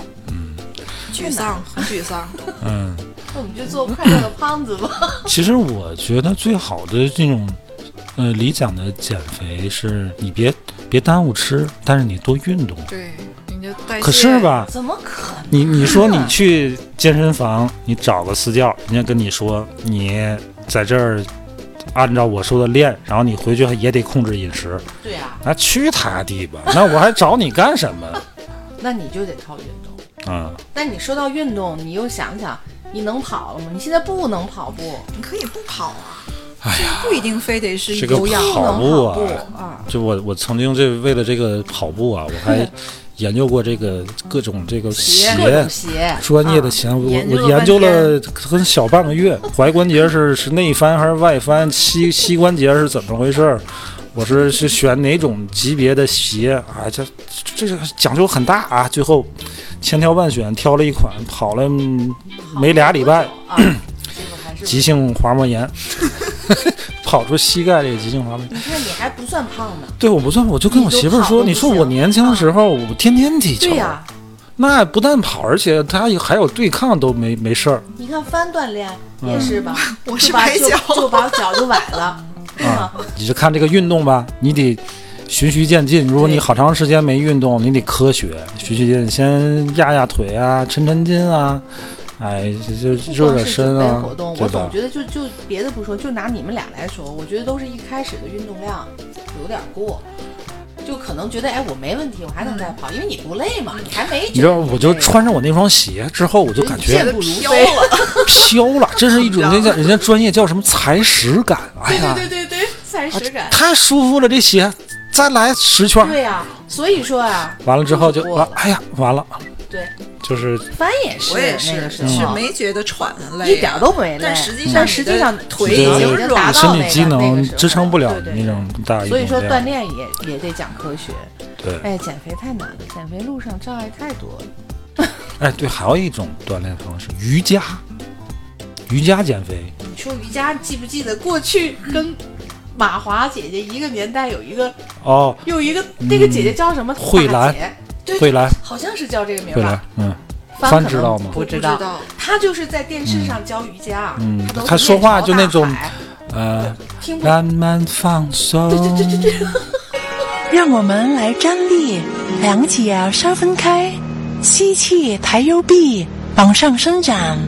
Speaker 3: 沮丧，很沮丧。
Speaker 1: 嗯，
Speaker 2: 那我们就做快乐的胖子吧。
Speaker 1: 其实我觉得最好的这种，呃，理想的减肥是你别别耽误吃，但是你多运动。
Speaker 3: 对，你就代谢。
Speaker 1: 可是，吧，
Speaker 2: 怎么可能？
Speaker 1: 你你说你去健身房，你找个私教，人家跟你说你在这儿按照我说的练，然后你回去也得控制饮食，
Speaker 2: 对啊，
Speaker 1: 那去他地吧，那我还找你干什么？
Speaker 2: 那你就得靠运动。
Speaker 1: 啊、
Speaker 2: 但你说到运动，你又想想，你能跑了吗？你现在不能跑步，
Speaker 3: 你可以不跑啊，这个不一定非得是
Speaker 1: 这哎个
Speaker 3: 有氧
Speaker 1: 跑
Speaker 3: 能
Speaker 1: 步
Speaker 3: 跑
Speaker 1: 啊
Speaker 3: 步啊，
Speaker 1: 就我我曾经这为了这个跑步啊，我还研究过这个各种这个鞋。
Speaker 2: 各种鞋，
Speaker 1: 专业的鞋，我
Speaker 2: 研究
Speaker 1: 我
Speaker 2: 了
Speaker 1: 研究
Speaker 2: 半天
Speaker 1: 了很小半个月，踝关节是是内翻还是外翻，膝膝关节是怎么回事儿？我是是选哪种级别的鞋啊？这这这个讲究很大啊！最后千挑万选挑了一款，跑了嗯没俩礼拜，
Speaker 2: 啊，这个还是
Speaker 1: 急性滑膜炎， 跑出膝盖这个急性滑膜炎。
Speaker 2: 你看你还不算胖呢，
Speaker 1: 对，我不算，我就跟我媳妇儿说，
Speaker 2: 你
Speaker 1: 你
Speaker 2: 就跑
Speaker 1: 说
Speaker 2: 都不行啊
Speaker 1: 我年轻的时候，我天天踢球，
Speaker 2: 对呀、
Speaker 1: 那不但跑，而且他还有对抗都没没事 儿。
Speaker 2: 你看翻锻炼也
Speaker 1: 嗯
Speaker 2: 是吧，
Speaker 3: 我
Speaker 2: 就是把
Speaker 3: 崴
Speaker 2: 就
Speaker 3: 脚
Speaker 2: 就把脚就崴
Speaker 1: 啊
Speaker 2: 了，对吗？
Speaker 1: 你就看这个运动吧，你得循序渐进。如果你
Speaker 2: 对
Speaker 1: 好长时间没运动，你得科学，循序渐进，先压压腿啊，抻抻筋啊，哎，就就热热
Speaker 2: 不光是准
Speaker 1: 身
Speaker 2: 备
Speaker 1: 啊
Speaker 2: 活动，，我
Speaker 1: 对
Speaker 2: 总
Speaker 1: 吧？
Speaker 2: 觉得就就别的不说，就拿你们俩来说，我觉得都是一开始的运动量有点过，就可能觉得哎我没问题，我还能
Speaker 3: 嗯
Speaker 2: 再跑，因为你不累嘛，你还没
Speaker 1: 你知
Speaker 2: 觉得
Speaker 1: 道，我就穿上我那双鞋之后，我就感
Speaker 2: 你
Speaker 1: 觉
Speaker 2: 见
Speaker 3: 得
Speaker 2: 步如
Speaker 3: 飘
Speaker 2: 飞
Speaker 3: 了，
Speaker 1: 飘了，真是一种那
Speaker 3: 紧张
Speaker 1: 叫人家专业叫什么踩屎感，哎呀，
Speaker 2: 对对对对，才实感。
Speaker 1: 太舒服了，这鞋，再来十圈儿。
Speaker 2: 对呀、所以说啊，
Speaker 1: 啊 完了之后就
Speaker 2: 就是过
Speaker 1: 完
Speaker 2: 了，
Speaker 1: 哎呀，完了，
Speaker 2: 对，
Speaker 1: 就是
Speaker 2: 翻也是，
Speaker 3: 我也
Speaker 2: 那
Speaker 3: 是，
Speaker 2: 个时
Speaker 3: 是
Speaker 2: 候
Speaker 1: 嗯
Speaker 3: 没觉得喘很累，啊
Speaker 2: 一点儿都没累，
Speaker 3: 但实际上
Speaker 2: 但
Speaker 3: 你
Speaker 2: 实
Speaker 3: 的
Speaker 2: 际上
Speaker 3: 腿
Speaker 2: 已
Speaker 3: 已经
Speaker 2: 经
Speaker 3: 软
Speaker 2: 达
Speaker 3: 了
Speaker 2: 到
Speaker 1: 身
Speaker 2: 那
Speaker 1: 体
Speaker 2: 个
Speaker 1: 机
Speaker 2: 那
Speaker 1: 能
Speaker 2: 个时候
Speaker 1: 支撑不了
Speaker 2: 对对
Speaker 1: 那种大运动量。
Speaker 2: 所以说锻炼也也得讲科学。
Speaker 1: 对，
Speaker 2: 哎，减肥太难了，减肥路上障碍太多了。
Speaker 1: 哎对，还有一种锻炼方式，瑜伽，瑜伽减肥。
Speaker 2: 你说瑜伽，记不记得过去跟马华姐姐一个年代有一个
Speaker 1: 哦，
Speaker 2: 有一个那个姐姐叫什么？
Speaker 1: 慧
Speaker 2: 大
Speaker 1: 兰
Speaker 2: 姐，对，
Speaker 1: 慧兰，
Speaker 2: 好像是叫这个名
Speaker 1: 慧
Speaker 2: 儿
Speaker 1: 兰
Speaker 2: 吧。，
Speaker 1: 嗯，
Speaker 2: 翻
Speaker 1: 翻
Speaker 2: 可
Speaker 1: 知
Speaker 2: 能
Speaker 1: 道吗
Speaker 2: 不
Speaker 3: 知
Speaker 2: 知道，
Speaker 3: 道。
Speaker 2: 她就是在电视上教瑜伽，啊
Speaker 1: 嗯
Speaker 2: 她都是
Speaker 1: 她说
Speaker 2: 面朝
Speaker 1: 话就那
Speaker 2: 大
Speaker 1: 种
Speaker 2: 海
Speaker 1: 呃，
Speaker 2: 听不
Speaker 1: 慢慢放松。嗯
Speaker 5: 让我们来站立，两脚稍分开，吸气，抬右臂，往上伸展；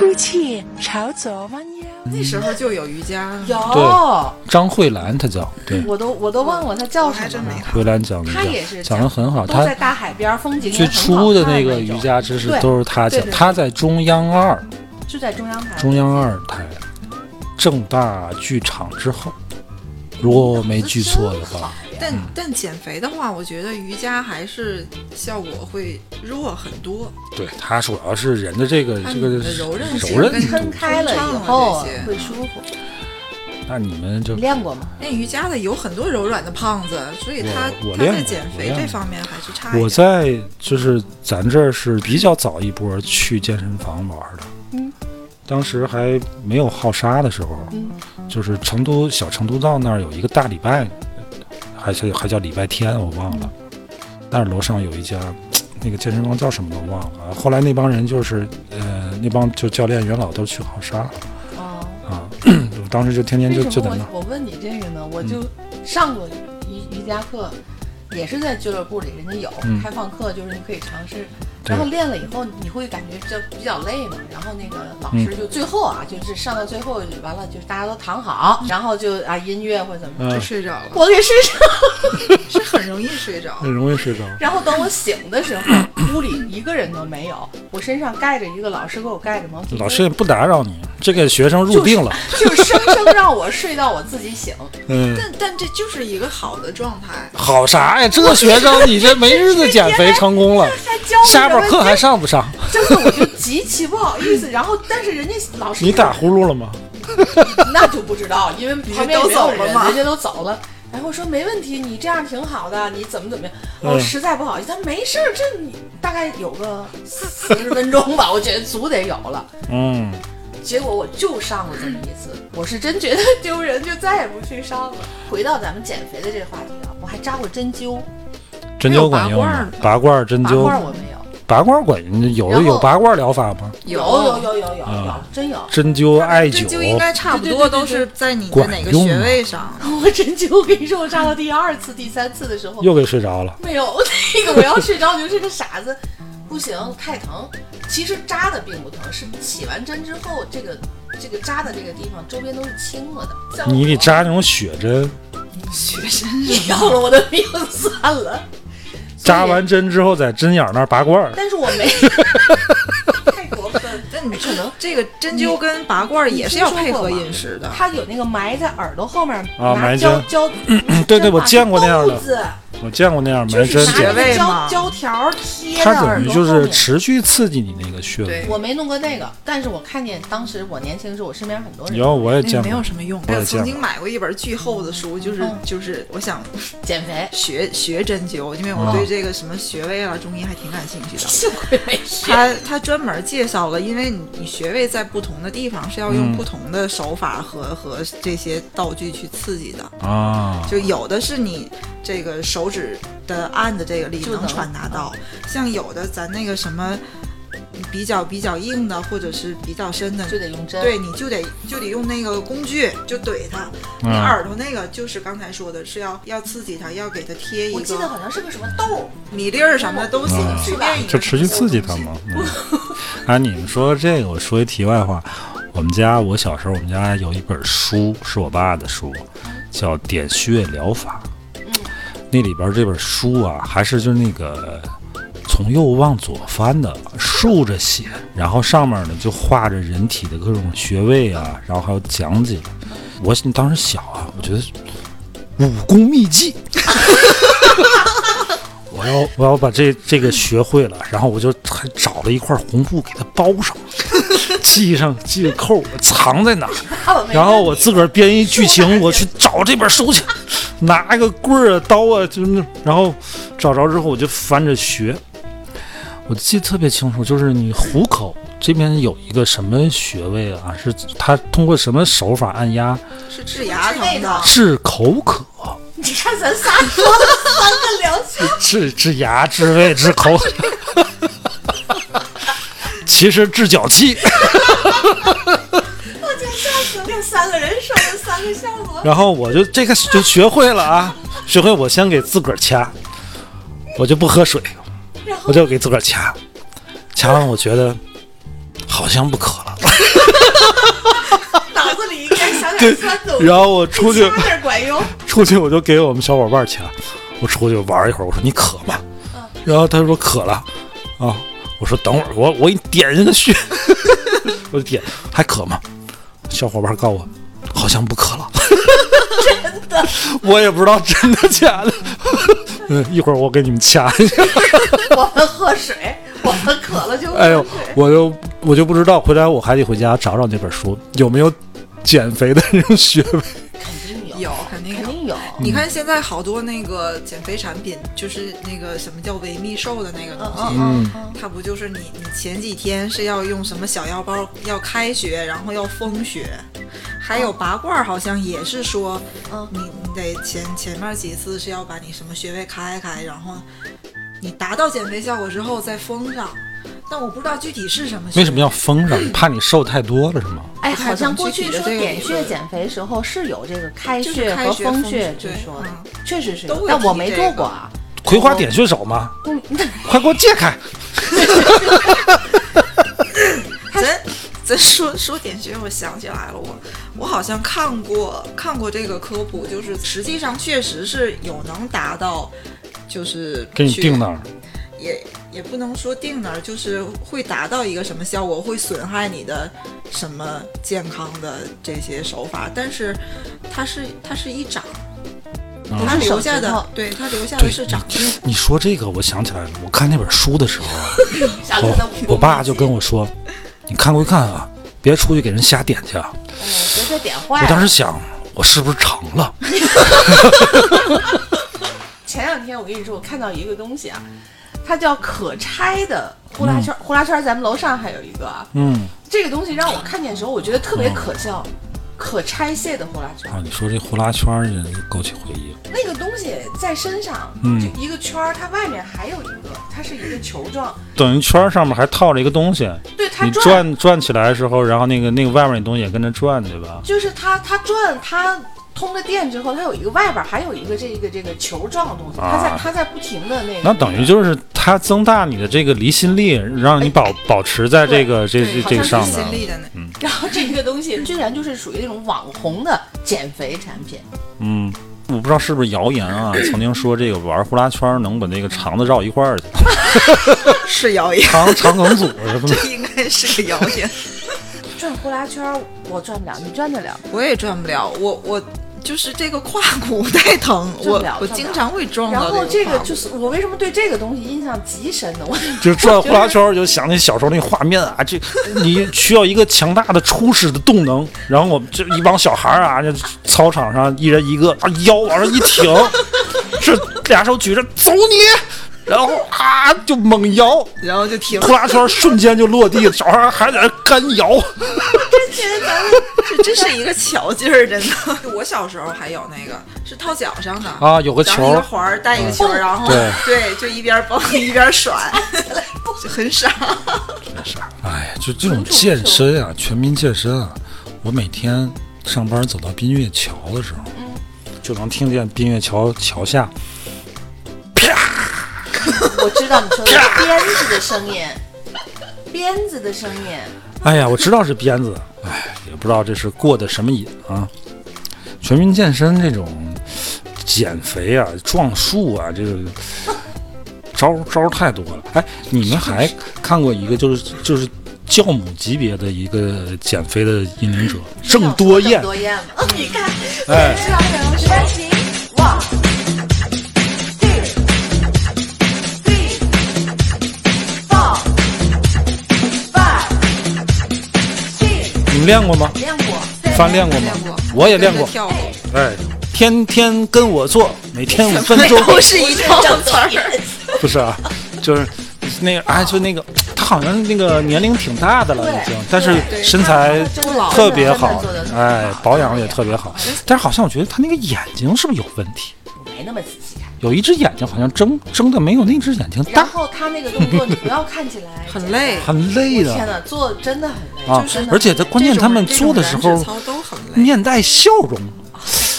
Speaker 5: 呼气，朝左弯腰。
Speaker 3: 那时候就有瑜伽了，
Speaker 2: 有。
Speaker 1: 张慧兰，她叫对，
Speaker 2: 我都我都忘了他叫
Speaker 3: 我
Speaker 2: 什
Speaker 3: 还真
Speaker 2: 么
Speaker 3: 没
Speaker 2: 了。
Speaker 1: 慧兰讲瑜
Speaker 2: 他嗯也是
Speaker 1: 伽，讲的很好。
Speaker 2: 都
Speaker 1: 她
Speaker 2: 在大海边儿，风景也
Speaker 1: 最
Speaker 2: 很好
Speaker 1: 初的
Speaker 2: 看
Speaker 1: 那个
Speaker 2: 种
Speaker 1: 瑜伽知识
Speaker 2: 对
Speaker 1: 都是她
Speaker 2: 对
Speaker 1: 讲，
Speaker 2: 对
Speaker 1: 她在中央二，
Speaker 2: 就在中央台。
Speaker 1: 中央二台正大剧场之后，如果我没记错的话，
Speaker 3: 但
Speaker 1: 嗯
Speaker 3: 但减肥的话，我觉得瑜伽还是效果会弱很多。
Speaker 1: 对它主要是人的这个
Speaker 3: 嗯它
Speaker 1: 这个
Speaker 3: 的柔韧性
Speaker 1: 柔韧
Speaker 3: 跟
Speaker 1: 度
Speaker 2: 嗯撑。开了以后啊会舒服，
Speaker 1: 那你们就
Speaker 2: 你练过吗？
Speaker 3: 练瑜伽的有很多柔软的胖子，所以他
Speaker 1: 我我
Speaker 3: 他
Speaker 1: 练
Speaker 3: 在
Speaker 1: 过
Speaker 3: 减
Speaker 1: 我
Speaker 3: 肥
Speaker 1: 练
Speaker 3: 这
Speaker 1: 过
Speaker 3: 方面还是差一点。
Speaker 1: 我在就是咱这儿是比较早一波去健身房玩的，
Speaker 2: 嗯，
Speaker 1: 当时还没有浩沙的时候，
Speaker 2: 嗯，
Speaker 1: 就是成都小成都道那儿有一个大礼拜，还是还叫礼拜天我忘了，但是楼上有一家。那个健身房叫什么都忘了，后来那帮人就是，呃，那帮就教练元老都去浩沙了
Speaker 2: 哦，
Speaker 1: 啊， 我当时就天天
Speaker 2: 为
Speaker 1: 就嗯
Speaker 2: 什
Speaker 1: 就在
Speaker 2: 么
Speaker 1: 那儿，
Speaker 2: 我我问你这个呢？我就上过瑜瑜伽课，也是在俱乐部里，人家有
Speaker 1: 嗯
Speaker 2: 开放课，就是你可以尝试。
Speaker 1: 对
Speaker 2: 然后练了以后，你会感觉这比较累嘛？然后那个老
Speaker 1: 嗯
Speaker 2: 师就最后啊，就是上到最后完了，就是大家都躺好，然后就啊音乐或者怎么
Speaker 1: 嗯
Speaker 2: 着，
Speaker 3: 就，睡着了，
Speaker 2: 我给睡着
Speaker 3: 是很容易睡着。
Speaker 1: 很啊容易睡着。
Speaker 2: 然后等我醒的时候，屋里一个人都没有，我身上盖着一个老师给我盖着毛巾被，
Speaker 1: 老师也不打扰你，这个学生入定了，
Speaker 2: 就生生让我睡到我自己醒。
Speaker 1: 嗯。
Speaker 3: 但但这就是一个好的状态，
Speaker 1: 好啥呀？这学生，你这没日子减肥成功了，
Speaker 2: 他教我
Speaker 1: 下边
Speaker 2: 什么
Speaker 1: 课还上不上？
Speaker 2: 真的我就极其不好意思。然后但是人家老师
Speaker 1: 你打呼噜了吗？
Speaker 2: 那就不知道，因为旁边也
Speaker 3: 都
Speaker 2: 没有
Speaker 3: 走
Speaker 2: 人
Speaker 3: 了吗
Speaker 2: 人家都走了。然后说没问题，你这样挺好的，你怎么怎么样？
Speaker 1: 嗯
Speaker 2: 哦，实在不好意思，他说没事儿，这你大概有个四十分钟吧，我觉得足得有了。
Speaker 1: 嗯，
Speaker 2: 结果我就上过这么一次，我是真觉得丢人，就再也不去上了。回到咱们减肥的这个话题啊，我还扎过针灸，
Speaker 1: 针灸管用吗？拔罐、针
Speaker 2: 拔
Speaker 1: 灸
Speaker 2: 罐、我没有，
Speaker 1: 拔罐管用，有
Speaker 2: 然后
Speaker 1: 有拔罐疗法吗？
Speaker 2: 有有有有有有
Speaker 1: 啊，
Speaker 2: 真有。
Speaker 1: 针灸、艾灸
Speaker 3: 这，就应该差不
Speaker 2: 对对
Speaker 3: 多
Speaker 2: 对对
Speaker 3: 都是在你的
Speaker 1: 管
Speaker 3: 哪个
Speaker 1: 用啊
Speaker 3: 穴
Speaker 1: 吗
Speaker 3: 位上。
Speaker 2: 我针灸，我跟你说，我扎到第二次、第三次的时候，
Speaker 1: 又给睡着了。
Speaker 2: 没有 那个我要睡着，你就是个傻子。不行，太疼。其实扎的并不疼，是起完针之后，这个这个扎的这个地方周边都是青了的。像
Speaker 1: 你得
Speaker 2: 我
Speaker 1: 扎那种血针，
Speaker 2: 你要了我的命算了。
Speaker 1: 扎完针之后在针眼儿那儿拔罐儿。
Speaker 2: 但是我没，太过分。
Speaker 3: 但但你
Speaker 2: 可能
Speaker 3: 这个针灸跟拔罐儿也是要配合饮食的。
Speaker 2: 它有那个埋在耳朵后面
Speaker 1: 啊
Speaker 2: 拿
Speaker 1: 埋
Speaker 2: 胶
Speaker 1: 针嗯
Speaker 2: 胶，
Speaker 1: 对对
Speaker 2: 针
Speaker 1: 我
Speaker 2: 把
Speaker 1: 见过那样的
Speaker 2: 豆子
Speaker 1: 我见过那样
Speaker 2: 就
Speaker 1: 埋
Speaker 2: 是
Speaker 1: 针
Speaker 2: 拿
Speaker 3: 穴
Speaker 1: 剪
Speaker 2: 那
Speaker 1: 的，
Speaker 3: 位
Speaker 2: 个
Speaker 3: 嘛
Speaker 2: 胶胶条贴在
Speaker 1: 它等
Speaker 2: 耳
Speaker 1: 于
Speaker 2: 朵
Speaker 1: 就
Speaker 2: 后
Speaker 1: 是
Speaker 2: 面
Speaker 1: 持续刺激你那个穴
Speaker 3: 对
Speaker 1: 位。
Speaker 2: 我没弄过那个，但是我看见当时我年轻的时候，我身边很多人
Speaker 1: 然后我也
Speaker 3: 那
Speaker 1: 见
Speaker 3: 没有
Speaker 1: 过，
Speaker 3: 什么用。
Speaker 1: 我也
Speaker 3: 我曾
Speaker 1: 见
Speaker 3: 经买过一本巨厚的书，就是
Speaker 2: 嗯
Speaker 3: 就是我想
Speaker 2: 减肥，
Speaker 3: 学学针灸，因为
Speaker 1: 哦
Speaker 3: 我对这个什么穴位啊、中医还挺感兴趣的。
Speaker 2: 幸亏没事。
Speaker 3: 他他专门介绍了，因为你你穴位在不同的地方是要用不同的手法和、和这些道具去刺激的，
Speaker 1: 啊，
Speaker 3: 就有的是你这个手指的按的这个力
Speaker 2: 就
Speaker 3: 能
Speaker 2: 能
Speaker 3: 传达到，像有的咱那个什么比较比较硬的或者是比较深的，
Speaker 2: 就得用针，
Speaker 3: 对，你就得就得用那个工具就怼它，
Speaker 1: 嗯
Speaker 3: 你耳朵那个就是刚才说的是要要刺激它，要给它贴一
Speaker 2: 我记得好
Speaker 3: 个
Speaker 2: 像是个什么豆，
Speaker 3: 米粒儿什么的都行，
Speaker 1: 嗯
Speaker 3: 随便一个
Speaker 1: 就持续刺激它嘛。嗯、 啊，你们说这个，我说一题外话，我们家我小时候我们家有一本书，是我爸的书，叫《点穴疗法》。那里边这本书啊，还是就是那个从右往左翻的，竖着写，然后上面呢就画着人体的各种穴位啊，然后还有讲解。我当时小啊，我觉得武功秘籍。我要我要把这这个学会了，然后我就还找了一块红布给它包上， 系上系个扣，我藏在哪儿？然后我自个儿编一剧情，我去找这本书去，拿个棍儿啊、刀啊，就是那，然后找着之后我就翻着学。我记得特别清楚，就是你虎口这边有一个什么穴位啊？是它通过什么手法按压
Speaker 3: 是治牙
Speaker 2: 治胃
Speaker 3: 疼的
Speaker 2: 疼。
Speaker 1: 治口渴？
Speaker 2: 你看咱仨说的三个良心，
Speaker 1: 治治牙、治胃、治口 渴，其实治脚气。
Speaker 2: 我就笑死了。这三个人说的三个项目，
Speaker 1: 然后我就这个就学会了啊，学会我先给自个儿掐，我就不喝水，我就给自个儿掐，掐完我觉得好像不渴了，
Speaker 2: 脑子里应该哎想点酸的。
Speaker 1: 然后我出去
Speaker 2: 掐点管用，
Speaker 1: 出去我就给我们小伙伴掐，我出去玩一会儿，我说你渴吗？然后他说渴了，啊，我说等会儿我我给你点一个穴， 我就点还渴吗？小伙伴告诉我好像不渴了，真 的，我也不知道真的假的， 嗯，一会儿我给你们掐一下。
Speaker 2: 我们喝水，我们渴了就喝水。
Speaker 1: 哎呦，我就我就不知道，回来我还得回家找找那本书有没有减肥的那种穴位。
Speaker 2: 肯定有，
Speaker 3: 有肯定有
Speaker 1: 嗯
Speaker 2: 肯定有。
Speaker 3: 你看现在好多那个减肥产品，就是那个什么叫维密瘦的那个东西，
Speaker 1: 嗯
Speaker 3: 它不就是你你前几天是要用什么小药包要开穴，然后要封穴，还有拔罐儿好像也是说，
Speaker 2: 嗯
Speaker 3: 你你得前前面几次是要把你什么穴位开开，然后你达到减肥效果之后再封上，但我不知道具体是什么穴。
Speaker 1: 为什么要封上？怕你瘦太多了是吗？
Speaker 2: 哎，
Speaker 3: 不太
Speaker 2: 好像
Speaker 3: 懂
Speaker 2: 过
Speaker 3: 具
Speaker 2: 去
Speaker 3: 体的
Speaker 2: 说
Speaker 3: 这个
Speaker 2: 点
Speaker 3: 理
Speaker 2: 穴
Speaker 3: 论
Speaker 2: 减肥时候是有这个开
Speaker 3: 就是
Speaker 2: 穴
Speaker 3: 开
Speaker 2: 和
Speaker 3: 穴
Speaker 2: 封
Speaker 3: 封
Speaker 2: 穴
Speaker 3: 穴
Speaker 2: 之
Speaker 3: 对
Speaker 2: 说的
Speaker 3: 嗯，
Speaker 2: 确实是
Speaker 3: 都
Speaker 2: 有，
Speaker 3: 会
Speaker 2: 但我
Speaker 3: 提
Speaker 2: 没
Speaker 3: 这
Speaker 2: 做
Speaker 3: 个
Speaker 2: 过啊。
Speaker 1: 葵花点穴手吗？快给我借开！
Speaker 3: 咱咱说说点穴，我想起来了，我我好像看过看过这个科普，就是实际上确实是有能达到，就是
Speaker 1: 给你
Speaker 3: 去
Speaker 1: 定那儿。
Speaker 3: 也也不能说定那儿，就是会达到一个什么效果，会损害你的什么健康的这些手法，但是它是它是一掌，它
Speaker 2: 是手
Speaker 3: 留下
Speaker 2: 指头
Speaker 3: 的，对它留下的是掌印。
Speaker 1: 你说啊这个，我想起来了，我看那本书的时候啊，
Speaker 2: 想起来
Speaker 1: 我我爸就跟我说：“你看归看啊，别出去给人瞎点去啊。”
Speaker 2: 别再点坏
Speaker 1: 我当
Speaker 2: 了。
Speaker 1: 时想，我是不是长了？
Speaker 2: 前两天我跟你说，我看到一个东西啊，它叫可拆的呼啦圈儿，呼啦圈儿咱们楼上还有一个啊。
Speaker 1: 嗯，
Speaker 2: 这个东西让我看见的时候，我觉得特别可笑，可拆卸的呼啦圈儿。
Speaker 1: 啊，你说这呼啦圈儿也勾起回忆了。
Speaker 2: 那个东西在身上，
Speaker 1: 嗯
Speaker 2: 就一个圈儿，它外面还有一个，它是一个球状，
Speaker 1: 等于圈儿上面还套着一个东西，
Speaker 2: 对它
Speaker 1: 你转转起来的时候，然后那个那个外面那东西也跟着转，对吧？
Speaker 2: 就是它它转它。通了电之后，它有一个外边儿还有一个这个这个球状的东西，它在
Speaker 1: 啊
Speaker 2: 它在不停的那个。
Speaker 1: 那等于就是它增大你的这个离心力，让你保保持在这个这这
Speaker 3: 哎对，
Speaker 1: 这个
Speaker 3: 好
Speaker 1: 上嗯
Speaker 3: 像是心
Speaker 1: 面。啊
Speaker 3: 力的那，
Speaker 2: 然后这个东西居然就是属于那种网红的减肥产品，
Speaker 1: 嗯，我不知道是不是谣言啊，曾经说这个玩呼啦 圈儿能把那个肠子绕一块儿去，
Speaker 3: 是谣言，
Speaker 1: 肠肠梗阻什么的。
Speaker 3: 应该对，是个谣言。
Speaker 2: 转呼啦圈儿我转不了，你转得了？
Speaker 3: 我也转不了，我我就是这个胯骨 太疼，
Speaker 2: 转不
Speaker 3: 我
Speaker 2: 了
Speaker 3: 我
Speaker 2: 转不
Speaker 3: 经
Speaker 2: 了
Speaker 3: 常会撞
Speaker 2: 然
Speaker 3: 到
Speaker 2: 后这
Speaker 3: 个
Speaker 2: 个
Speaker 3: 胯骨
Speaker 2: 就是我为什么对这个东西印象极深呢？我
Speaker 1: 就是转呼啦圈儿，就想起小时候那画面啊，这你需要一个强大的初始的动能，然后我们这一帮小孩儿啊，这操场上一人一个，啊腰往上一挺，是俩手举着走你，然后啊就猛摇，
Speaker 3: 然后就停
Speaker 1: 呼啦圈儿瞬间就落地，小孩儿还在那干摇，
Speaker 3: 这真是一个巧劲儿，真 的。我小时候还有那个是套脚上的
Speaker 1: 啊有个球嗯
Speaker 3: 然后一个环儿带一个球，然后
Speaker 1: 对
Speaker 3: 对，就一边 蹦一边甩，就很傻。
Speaker 1: 哎，就这种健身啊，全民健身啊，我每天上班走到滨越桥的时候，就能听见滨越桥桥下
Speaker 2: 我知道你说的是鞭子的声音， 鞭子的声音，
Speaker 1: 哎呀，我知道是鞭子，哎，也不知道这是过的什么瘾啊！全民健身这种减肥啊、撞树啊，这个招招太多了。哎，你们还看过一个就是就是教母级别的一个减肥的引领者郑多燕
Speaker 2: 郑，多燕嘛，
Speaker 1: 哎，你们练过吗？
Speaker 2: 练过。
Speaker 1: 翻练过吗
Speaker 3: 练过？
Speaker 1: 我也练过
Speaker 3: 跟着，跳过，
Speaker 1: 哎，天天跟我做，每天五 分钟。
Speaker 3: 都是一套词儿。
Speaker 1: 不是啊，就是那个，哎，就那个，他好像那个年龄挺大的了，已经
Speaker 2: 对，
Speaker 1: 但是
Speaker 2: 对
Speaker 1: 身材
Speaker 2: 他真老
Speaker 1: 特别好
Speaker 2: 真的嗯做得，
Speaker 1: 哎
Speaker 2: 特别好，
Speaker 1: 保养也特别好。但是好像我觉得他那个眼睛是不是有问题？
Speaker 2: 没那么仔细看。
Speaker 1: 有一只眼睛好像睁睁的没有那只眼睛
Speaker 2: 然
Speaker 1: 大，
Speaker 2: 后他那个动作，你不要看起 来
Speaker 3: 很累
Speaker 1: 很累的
Speaker 2: 天哪，做得真的很累，
Speaker 1: 啊
Speaker 2: 就是。
Speaker 1: 而且他关键他们
Speaker 3: 这种
Speaker 1: 做的时
Speaker 3: 燃脂
Speaker 1: 候
Speaker 3: 操都很累。
Speaker 1: 面带笑容，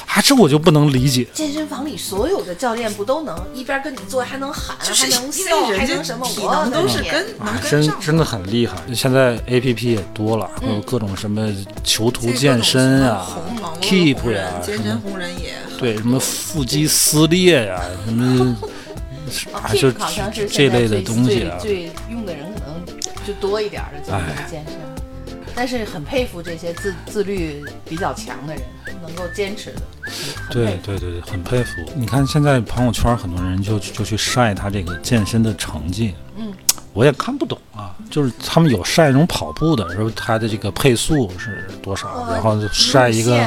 Speaker 1: 啊，这我就不能理解。
Speaker 2: 健身房里所有的教练不都能一边跟你做，还能喊，
Speaker 3: 就是
Speaker 2: 还能
Speaker 3: 因
Speaker 2: 笑，
Speaker 3: 为
Speaker 2: 还
Speaker 3: 人家
Speaker 2: 能什么？
Speaker 3: 体
Speaker 2: 我
Speaker 3: 能
Speaker 2: 的
Speaker 3: 都是
Speaker 2: 天
Speaker 3: 跟能
Speaker 1: 啊，
Speaker 3: 跟
Speaker 1: 真
Speaker 3: 上的。
Speaker 1: 真的很厉害！现在 A P P 也多了，
Speaker 2: 嗯
Speaker 1: 还有各种什么囚徒健身啊
Speaker 3: 红网络
Speaker 1: ，Keep
Speaker 3: 红
Speaker 1: 呀、
Speaker 3: 人
Speaker 1: 什
Speaker 3: 健
Speaker 1: 么。
Speaker 3: 身红人也很
Speaker 1: 对，什么腹肌撕裂呀、什 么啊，就
Speaker 2: Keep 好像
Speaker 1: 这
Speaker 2: 是现在
Speaker 1: 类的
Speaker 2: 最
Speaker 1: 东西啊。哎
Speaker 2: 最最用的人可能就多一点儿的，就是健身。但是很佩服这些自自律比较强的人，能够坚持的。很
Speaker 1: 对
Speaker 2: 佩服
Speaker 1: 对对对，很佩服。你看现在朋友圈很多人就就去晒他这个健身的成绩，嗯，我也看不懂啊。就是他们有晒那种跑步的，然后他的这个配速是多
Speaker 2: 哦
Speaker 1: 少，然后晒一
Speaker 2: 路
Speaker 1: 个
Speaker 2: 线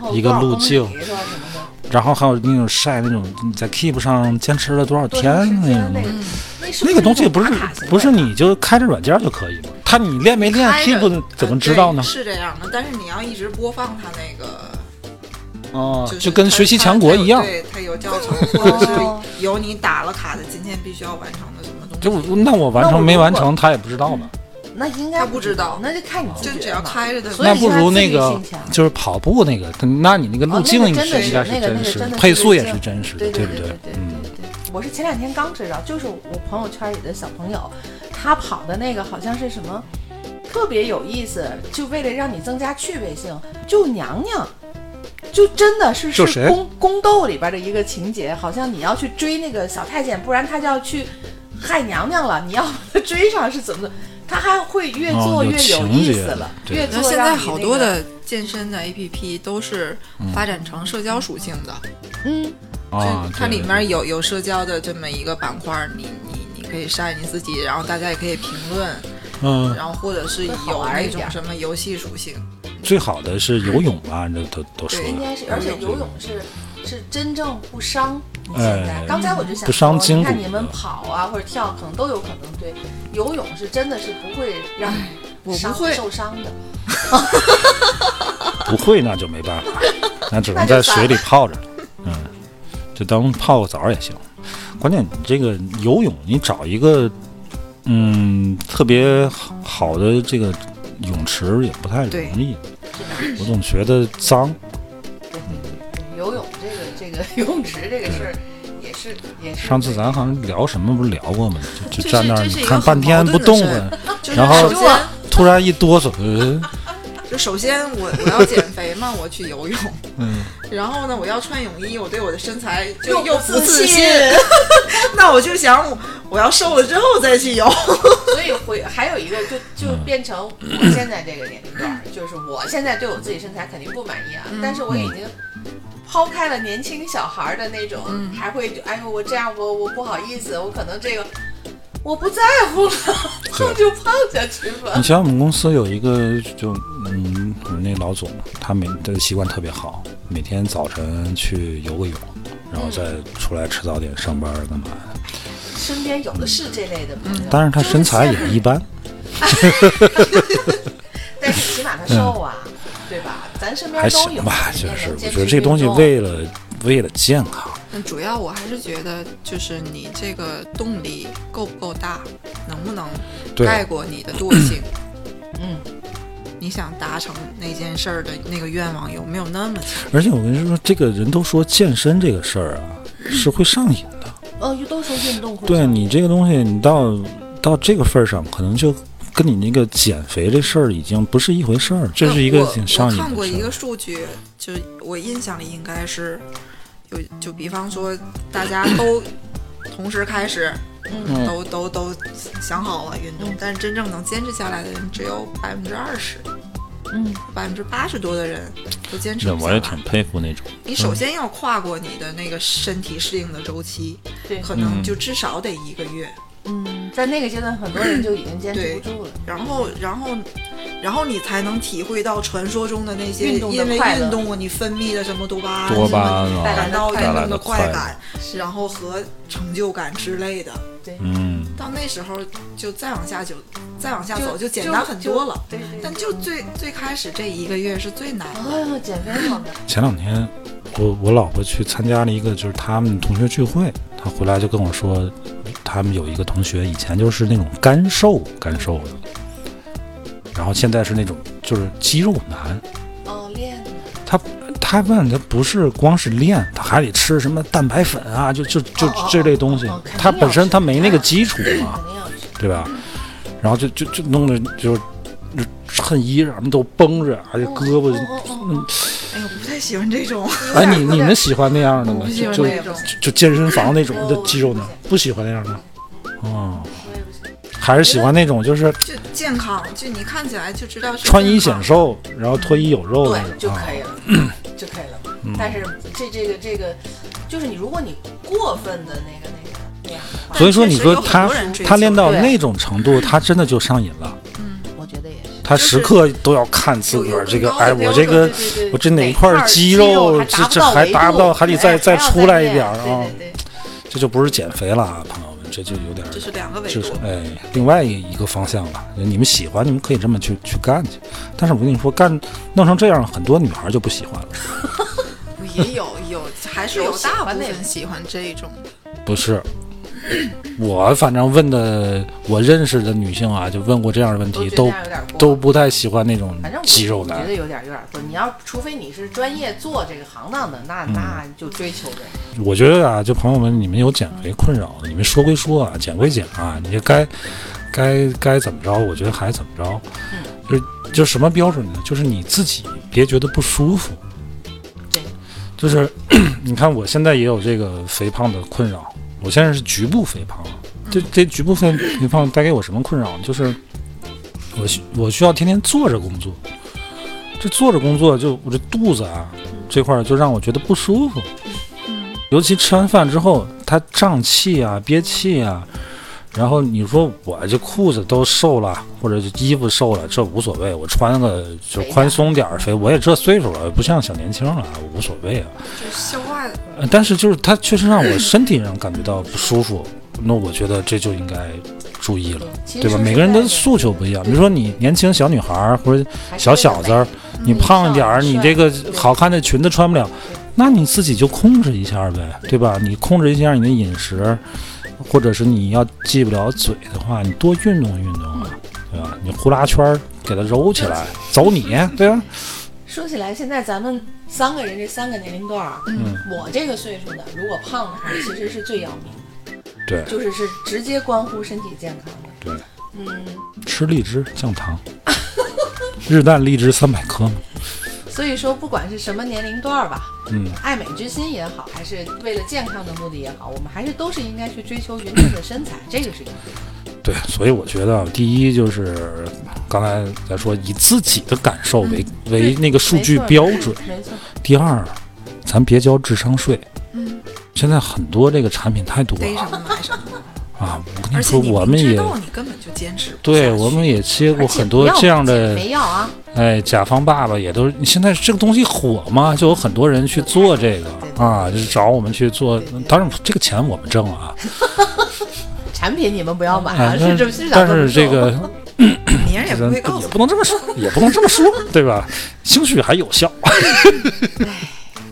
Speaker 2: 然后
Speaker 1: 一个
Speaker 2: 多少
Speaker 1: 路
Speaker 2: 公里
Speaker 1: 径，
Speaker 2: 多少什么的
Speaker 1: 然后还有那种晒那种你在 Keep 上坚持了多少
Speaker 2: 多
Speaker 1: 天
Speaker 2: 长时
Speaker 1: 那种
Speaker 2: 间那
Speaker 1: 东
Speaker 2: 个
Speaker 1: 西。
Speaker 2: 那是
Speaker 1: 那个东西不是
Speaker 2: 一种打卡行为
Speaker 1: 不是你就开着软件就可以吗？他你练没练
Speaker 3: 开着
Speaker 1: Keep 怎么
Speaker 3: 呃
Speaker 1: 知道呢
Speaker 3: 对？是这样的，但是你要一直播放它那个，
Speaker 1: 哦
Speaker 3: 是，
Speaker 1: 就跟
Speaker 3: 它
Speaker 1: 学习
Speaker 3: 它
Speaker 1: 强国
Speaker 3: 它有
Speaker 1: 一样。
Speaker 3: 对，它有教 程，或者是有你打了卡的，今天必须要完成的什么东西。
Speaker 1: 就那我完
Speaker 2: 那
Speaker 1: 成
Speaker 2: 我
Speaker 1: 没
Speaker 2: 如
Speaker 1: 完
Speaker 2: 果
Speaker 1: 成，他也不知道吧？
Speaker 2: 那应该
Speaker 3: 他不知道
Speaker 2: 那就看你自
Speaker 3: 就
Speaker 2: 觉
Speaker 3: 只要
Speaker 2: 嘛
Speaker 3: 开着的
Speaker 2: 所以
Speaker 1: 那不
Speaker 2: 是他
Speaker 1: 如
Speaker 2: 自
Speaker 1: 那
Speaker 2: 律
Speaker 1: 个
Speaker 2: 性强
Speaker 1: 就是跑步那个，那你那个路
Speaker 2: 哦，那
Speaker 1: 径
Speaker 2: 个
Speaker 1: 应
Speaker 2: 真的
Speaker 1: 应该
Speaker 2: 那个
Speaker 1: 真
Speaker 2: 那个
Speaker 1: 实
Speaker 2: 真的，
Speaker 1: 配速也
Speaker 2: 路
Speaker 1: 是
Speaker 2: 径
Speaker 1: 真实的，
Speaker 2: 对
Speaker 1: 不
Speaker 2: 对
Speaker 1: 对嗯
Speaker 2: 对？对对。我是前两天刚知道，就是我朋友圈里的小朋友，他跑的那个好像是什么特别有意思，就为了让你增加趣味性，就娘娘。就真的是
Speaker 1: 就是谁
Speaker 2: 宫宫斗里边的一个情节，好像你要去追那个小太监，不然他就要去害娘娘了。你要把他追上是怎么的？他还会越
Speaker 1: 哦
Speaker 2: 做
Speaker 1: 有
Speaker 2: 越有
Speaker 1: 情
Speaker 2: 意
Speaker 1: 节
Speaker 2: 思
Speaker 1: 的
Speaker 2: 了，
Speaker 1: 对
Speaker 2: 越
Speaker 3: 那
Speaker 2: 做
Speaker 3: 现
Speaker 2: 让
Speaker 3: 在
Speaker 2: 你
Speaker 3: 好
Speaker 2: 那
Speaker 3: 多
Speaker 2: 个
Speaker 3: 的健身的 APP 都是发展成社交属性的，
Speaker 2: 嗯
Speaker 1: 嗯啊
Speaker 3: 就，它
Speaker 1: 对
Speaker 3: 里面有有社交的这么一个板块，你你你可以晒你自己，然后大家也可以评论，
Speaker 1: 嗯，
Speaker 3: 然后或者是
Speaker 2: 会好
Speaker 3: 有
Speaker 2: 玩
Speaker 3: 那
Speaker 2: 一
Speaker 3: 种
Speaker 2: 点
Speaker 3: 什么游戏属性，
Speaker 1: 最好的是游泳吧，这都都说
Speaker 3: 嗯对
Speaker 2: 应该
Speaker 1: 了
Speaker 2: 是，而且游泳是是真正不伤你现在。
Speaker 1: 哎
Speaker 2: 刚才我就想
Speaker 1: 不伤
Speaker 2: 说，
Speaker 1: 筋
Speaker 2: 你
Speaker 1: 骨
Speaker 2: 看你们跑啊或者跳，可能都有可能对。游泳是真的是不会让
Speaker 3: 哎我
Speaker 2: 你
Speaker 3: 不
Speaker 2: 伤
Speaker 3: 会
Speaker 2: 受伤的。
Speaker 1: 不会那就没办 法，那只能
Speaker 2: 那就
Speaker 1: 在
Speaker 2: 算
Speaker 1: 水里泡着了，嗯，就当泡个澡儿也行。关键你这个游泳，你找一个嗯特别好好的这个泳池也不太
Speaker 3: 对
Speaker 1: 容易，我总觉得脏。
Speaker 2: 对游泳这个这个 游泳池这个事儿也是也是。
Speaker 1: 上次咱好像聊什么不是聊过吗？就就
Speaker 3: 这
Speaker 1: 是站那儿
Speaker 3: 这
Speaker 1: 你
Speaker 3: 是一个
Speaker 1: 看
Speaker 3: 很
Speaker 1: 半天
Speaker 3: 矛
Speaker 1: 不
Speaker 3: 盾的
Speaker 1: 动 弹，
Speaker 3: 事 就是
Speaker 1: 然后
Speaker 3: 首先
Speaker 1: 突然一哆嗦，呃
Speaker 3: 就首先我我要减肥嘛，我去游泳，
Speaker 1: 嗯，
Speaker 3: 然后呢，我要穿泳衣，我对我的身材
Speaker 2: 又
Speaker 3: 就又
Speaker 2: 不
Speaker 3: 不
Speaker 2: 自
Speaker 3: 自
Speaker 2: 信
Speaker 3: 信，那我就想我我要瘦了之后再去游。
Speaker 2: 所以回还有一个就就
Speaker 1: 嗯
Speaker 2: 变成我现在这个年龄段 儿，就是我现在对我自己身材肯定不满意啊，
Speaker 3: 嗯
Speaker 2: 但是我已经抛开了年轻小孩儿的那种，
Speaker 3: 嗯
Speaker 2: 还会就哎呦我这样我我不好意思，我可能这个我不在乎了，
Speaker 1: 对
Speaker 2: 胖 就胖下去
Speaker 1: 你
Speaker 2: 吧。
Speaker 1: 像我们公司有一个就嗯，我们那老总他每他的习惯特别好，每天早晨去游个泳，然后再出来吃早点上班儿干嘛的。
Speaker 2: 身边有的是这类的朋友，
Speaker 1: 但是他
Speaker 2: 就是
Speaker 1: 身材也
Speaker 2: 羡慕
Speaker 1: 一般，
Speaker 2: 但是起码他瘦啊，对吧？咱身边
Speaker 1: 还
Speaker 2: 都
Speaker 1: 行
Speaker 2: 有，
Speaker 1: 吧。
Speaker 2: 你
Speaker 1: 就
Speaker 2: 也
Speaker 1: 是
Speaker 2: 能
Speaker 1: 我
Speaker 2: 坚
Speaker 1: 觉
Speaker 2: 持
Speaker 1: 得这东西
Speaker 2: 运动啊
Speaker 1: 为了为了健康，
Speaker 3: 嗯，主要我还是觉得，就是你这个动力够不够大，能不能
Speaker 1: 对
Speaker 3: 盖过你的惰性？
Speaker 2: 嗯，
Speaker 3: 你想达成那件事儿的那个愿望有没有那么强？
Speaker 1: 而且我跟你说，这个人都说健身这个事儿啊是会上瘾的。
Speaker 2: 呃，都说运动会
Speaker 1: 对啊
Speaker 2: 上
Speaker 1: 你这个东西，你到到这个份儿上，可能就跟你那个减肥这事儿已经不是一回事儿，这是一个
Speaker 3: 呃我
Speaker 1: 挺上
Speaker 3: 我
Speaker 1: 瘾
Speaker 3: 看过
Speaker 1: 的
Speaker 3: 一
Speaker 1: 事
Speaker 3: 个
Speaker 1: 儿。
Speaker 3: 数据，就我印象里应该是有，就比方说大家都同时开始，
Speaker 1: 嗯
Speaker 3: 都都都想好了运动，但是真正能坚持下来的人只有百分之二十，
Speaker 2: 嗯，
Speaker 3: 百分之八十多的人都坚持
Speaker 1: 这
Speaker 3: 不下
Speaker 1: 我
Speaker 3: 来。
Speaker 1: 也挺嗯佩服那种。
Speaker 3: 你首先要跨过你的那个身体适应的周期，
Speaker 2: 对
Speaker 3: 可能就至少得一个月。
Speaker 2: 嗯，在那个阶段，很多人就已经坚持
Speaker 3: 对
Speaker 2: 不住了。
Speaker 3: 然后，然后，然后你才能体会到传说中的那些
Speaker 2: 运动的
Speaker 3: 因为
Speaker 2: 快乐
Speaker 3: 运动你分泌的什么多巴胺、
Speaker 1: 多巴胺
Speaker 3: 什么
Speaker 1: 啊
Speaker 3: 感到运
Speaker 1: 带来
Speaker 3: 动
Speaker 1: 的
Speaker 3: 快
Speaker 1: 快乐
Speaker 3: 感，然后和成就感之类的。
Speaker 2: 对，
Speaker 1: 嗯，
Speaker 3: 到那时候就再往下就再往下
Speaker 2: 就
Speaker 3: 走就简单很多了。
Speaker 2: 对对
Speaker 3: 但就最最开始这一个月是最难的。
Speaker 2: 啊，减肥好难。
Speaker 1: 前两天我我老婆去参加了一个就是他们同学聚会，她回来就跟我说，他们有一个同学以前就是那种干瘦干瘦的，然后现在是那种就是肌肉男。
Speaker 2: 哦，练的
Speaker 1: 他他问他不是光是练，他还得吃什么蛋白粉啊，就就就
Speaker 2: 哦哦
Speaker 1: 这类东西
Speaker 2: 哦哦肯定。
Speaker 1: 他本身他没那个基础嘛
Speaker 2: 肯，定要吃。
Speaker 1: 对吧？然后就就就弄得就就衬衣什么都绷着，而且胳膊
Speaker 2: 哦哦哦
Speaker 3: 哎呦，我不太喜欢这种。
Speaker 2: 哦
Speaker 1: 哎，你你们喜欢那样的吗
Speaker 3: 我？不喜
Speaker 1: 就
Speaker 3: 欢
Speaker 1: 就
Speaker 3: 那种
Speaker 1: 就健身房那种
Speaker 2: 我
Speaker 1: 的
Speaker 2: 不
Speaker 1: 肌肉男
Speaker 2: 喜欢，
Speaker 1: 不喜欢那样的。哦，
Speaker 2: 我也不行
Speaker 1: 还是喜欢那种就是
Speaker 3: 就健康，就你看起来就知道是
Speaker 1: 穿衣
Speaker 3: 健
Speaker 1: 显
Speaker 3: 康。
Speaker 1: 瘦，然后脱衣有肉那
Speaker 2: 对就
Speaker 1: 种啊
Speaker 2: 可。以了，就可以了。
Speaker 1: 嗯
Speaker 2: 但是这这个这个，就是你如果你过分的那个那个那样的话，
Speaker 1: 所以说，你说
Speaker 3: 确实有很
Speaker 1: 他
Speaker 3: 多人追求
Speaker 1: 他练到
Speaker 2: 对
Speaker 1: 那种程度，他真的就上瘾了。
Speaker 2: 我觉得也是。
Speaker 1: 他时刻都要看自个儿这个，哎，我这个我这哪块儿肌肉，这这还达不到，
Speaker 2: 哎
Speaker 1: 还得再再出来一点儿啊！
Speaker 2: 对对
Speaker 1: 这就不是减肥了啊，朋友们，这就有点儿
Speaker 3: 这是两个维
Speaker 1: 就是
Speaker 3: 度。
Speaker 1: 哎，另外一个方向了。你们喜欢，你们可以这么去去干去。但是我跟你说，干弄成这样，很多女孩儿就不喜欢了。
Speaker 3: 也有有，还是
Speaker 2: 有
Speaker 3: 有
Speaker 2: 喜
Speaker 3: 大
Speaker 2: 欢
Speaker 3: 部
Speaker 2: 那
Speaker 3: 分
Speaker 2: 种
Speaker 3: 喜欢这一种的。
Speaker 1: 不是， 我反正问的我认识的女性啊，就问过这样的问题，
Speaker 2: 都
Speaker 1: 都
Speaker 2: 觉得这样有点过
Speaker 1: 都不太喜欢那种
Speaker 2: 反正我
Speaker 1: 肌肉
Speaker 2: 觉
Speaker 1: 男
Speaker 2: 得。有点有点过。你要除非你是专业做这个行当的，那那就追求呗。
Speaker 1: 我觉得啊，就朋友们，你们有减肥困扰，你们说归说啊，减归减啊，你就该该该怎么着，我觉得还怎么着，就是就什么标准呢？就是你自己别觉得不舒服。
Speaker 2: 对，
Speaker 1: 就是 你看，我现在也有这个肥胖的困扰，我现在是局部肥胖。这这局部肥肥胖带给我什么困扰呢？就是我需我需要天天坐着工作，这坐着工作就我这肚子啊这块儿就让我觉得不舒服。尤其吃完饭之后，它胀气啊、憋气啊，然后你说我这裤子都瘦了，或者是衣服瘦了，这无所谓，我穿个就宽松点儿肥，我也这岁数了，不像小年轻了，无所谓啊。
Speaker 3: 就是消化
Speaker 1: 呃但是就是它确实让我身体上感觉到不舒服，那我觉得这就应该注意了，
Speaker 2: 其实
Speaker 1: 对吧？
Speaker 2: 是
Speaker 1: 每个人的
Speaker 2: 在
Speaker 1: 诉求不一样，比如说你年轻小女孩儿或者
Speaker 2: 还是
Speaker 1: 小小子儿，你胖一点儿，
Speaker 2: 嗯
Speaker 1: 你这个
Speaker 2: 对
Speaker 1: 好看的裙子穿不了，那你自己就控制一下呗，对吧？你控制一下你的饮食，或者是你要忌不了嘴的话，你多运动运动啊，对吧？你呼啦圈儿给它揉起来，走你，对啊吧？
Speaker 2: 说起来，现在咱们三个人这三个年龄段儿，嗯，我这个岁数的，如果胖的话，其实是最要命，
Speaker 1: 对
Speaker 2: 就是是直接关乎身体健康的。
Speaker 1: 对，
Speaker 2: 嗯，
Speaker 1: 吃荔枝降糖， 日啖荔枝三百克嘛。
Speaker 2: 所以说不管是什么年龄段儿吧，
Speaker 1: 嗯
Speaker 2: 爱美之心也好，还是为了健康的目的也好，我们还是都是应该去追求匀称的身材，这个是有的
Speaker 1: 对，所以我觉得啊第一就是刚才咱说以自己的感受为、为那个数据标准，
Speaker 2: 嗯没错，
Speaker 1: 第二，咱别交智商税。
Speaker 2: 嗯
Speaker 1: 现在很多这个产品太多
Speaker 3: 逮什
Speaker 1: 了
Speaker 3: 么 买什么，
Speaker 1: 啊！我跟
Speaker 3: 而
Speaker 1: 你
Speaker 3: 且
Speaker 1: 说，
Speaker 3: 你
Speaker 1: 我
Speaker 3: 明
Speaker 1: 们
Speaker 3: 知
Speaker 1: 也
Speaker 3: 道你根本就坚持不下去，
Speaker 1: 对，我们也接过
Speaker 2: 而且
Speaker 1: 很
Speaker 2: 不
Speaker 1: 多
Speaker 2: 要
Speaker 1: 这样
Speaker 2: 减
Speaker 1: 的
Speaker 2: 肥啊药啊，
Speaker 1: 哎，甲方爸爸也都是，现在这个东西火嘛，就有很多人去做这个啊，就是找我们去做。当然，这个钱我们挣啊，
Speaker 2: 产品你们不要买啊，
Speaker 1: 哎，
Speaker 2: 是
Speaker 1: 但
Speaker 2: 这市场
Speaker 1: 但
Speaker 2: 都不
Speaker 1: 是这
Speaker 2: 收
Speaker 1: 个
Speaker 3: 你人也哎不
Speaker 1: 咱
Speaker 3: 会告
Speaker 1: 也
Speaker 3: 诉
Speaker 1: 不能这么说，也不能这么说，对吧？兴许还有 效。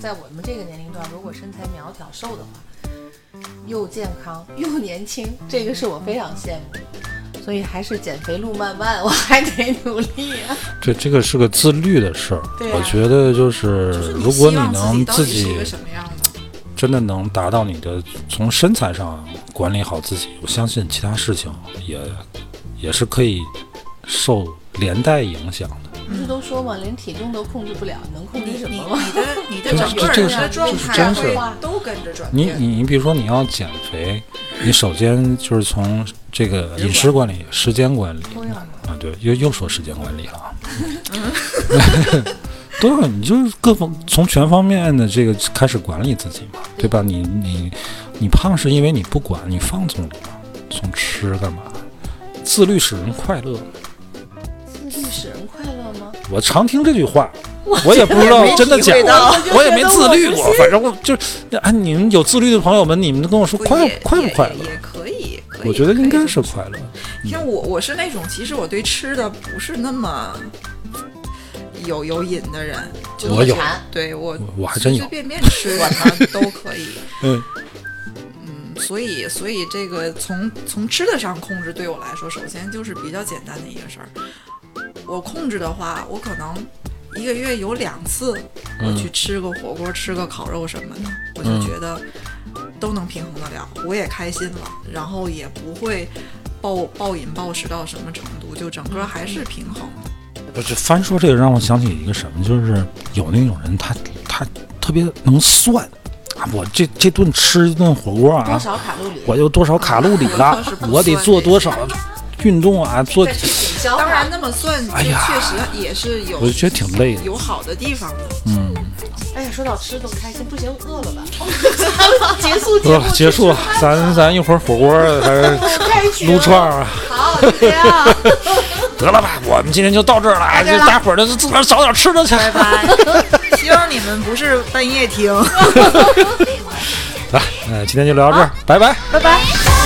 Speaker 2: 在我们这个年龄段，如果身材苗条瘦的话，又健康又年轻，这个是我非常羡慕的。所以还是减肥路漫漫，我还得努力啊！
Speaker 1: 这这个是个自律的事儿，
Speaker 2: 对啊
Speaker 1: 我觉得就是
Speaker 3: 就是
Speaker 1: 如果
Speaker 3: 希
Speaker 1: 你
Speaker 3: 望
Speaker 1: 能
Speaker 3: 自己到
Speaker 1: 自
Speaker 3: 底是一
Speaker 1: 己
Speaker 3: 个什么样的，
Speaker 1: 真的能达到你的从身材上管理好自己，我相信其他事情也也是可以受连带影响的。
Speaker 2: 不是都说嘛，连体重都控制不了，能控
Speaker 3: 你
Speaker 2: 制什
Speaker 3: 你
Speaker 2: 么吗？
Speaker 3: 你 的你的
Speaker 1: 这
Speaker 3: 整
Speaker 1: 这
Speaker 3: 个
Speaker 1: 这
Speaker 3: 人
Speaker 1: 是
Speaker 3: 的状
Speaker 1: 这是
Speaker 3: 态
Speaker 1: 真事
Speaker 3: 会
Speaker 2: 儿
Speaker 3: 都跟着转
Speaker 1: 你
Speaker 3: 变。
Speaker 1: 你你比如说你要减肥，你首先就是从这个饮食管理、时间管理
Speaker 2: 都要吗
Speaker 1: 啊，对，又又说时间管理了啊。 都要你就是各方从全方面的这个开始管理自己嘛，对吧？你你你胖是因为你不管，你放纵了嘛，从吃干嘛？自律使人快乐。
Speaker 2: 自律使人快乐吗？
Speaker 1: 我常听这句话，我也不知道真的假
Speaker 3: 体会到
Speaker 1: 的，我也没自律过，反正我就是哎，你们有自律的朋友们，你们跟我说
Speaker 3: 不
Speaker 1: 快
Speaker 3: 也
Speaker 1: 快不
Speaker 3: 也
Speaker 1: 快
Speaker 3: 也
Speaker 1: 乐？
Speaker 3: 也可以，可以
Speaker 1: 我觉得应
Speaker 3: 可
Speaker 1: 该
Speaker 3: 以
Speaker 1: 是快嗯乐。
Speaker 3: 像我，我是那种其实我对吃的不是那么有有瘾的人，就
Speaker 1: 我有
Speaker 3: 是对我
Speaker 1: 我还真有
Speaker 3: 随随便便吃什么都可以，
Speaker 1: 嗯
Speaker 3: 嗯，所以所以这个从从吃的上控制对我来说，首先就是比较简单的一个事儿。我控制的话，我可能一个月有两次我
Speaker 1: 嗯
Speaker 3: 去吃个火锅、吃个烤肉什么的，我就
Speaker 1: 嗯
Speaker 3: 觉得都能平衡得了，我也开心了，然后也不会暴暴饮暴食到什么程度，就整个还是平衡的。
Speaker 1: 不是翻说这个让我想起一个什么，就是有那种人他他特别能算啊，我这这顿吃一顿火锅
Speaker 2: 多
Speaker 1: 啊，
Speaker 2: 少卡路里？
Speaker 1: 我有多少卡路里了
Speaker 3: 我倒是，不
Speaker 1: 我得
Speaker 3: 算
Speaker 1: 做
Speaker 3: 这
Speaker 1: 多少运动啊，做
Speaker 2: 再去抵消它。
Speaker 3: 当然，那么算，这
Speaker 1: 哎呀
Speaker 3: 确实也是有，
Speaker 1: 我就觉得挺累的
Speaker 3: 有好的地方的。
Speaker 2: 哎呀，说到吃都开心，不行，饿了吧？咱们结束节
Speaker 1: 呃
Speaker 2: 目，
Speaker 1: 结 束，咱咱一会儿火锅儿还是
Speaker 2: 开心
Speaker 1: 撸串儿啊。
Speaker 2: 好，就这样，
Speaker 1: 得了吧，我们今天就到这儿了啊，
Speaker 2: 到这儿
Speaker 1: 就
Speaker 2: 了
Speaker 1: 大伙儿就自个儿找点吃的去。
Speaker 3: 拜拜， 希望你们不是半夜听。
Speaker 1: 来，嗯、今天就聊到这儿，拜拜。
Speaker 2: 拜拜。
Speaker 4: 一生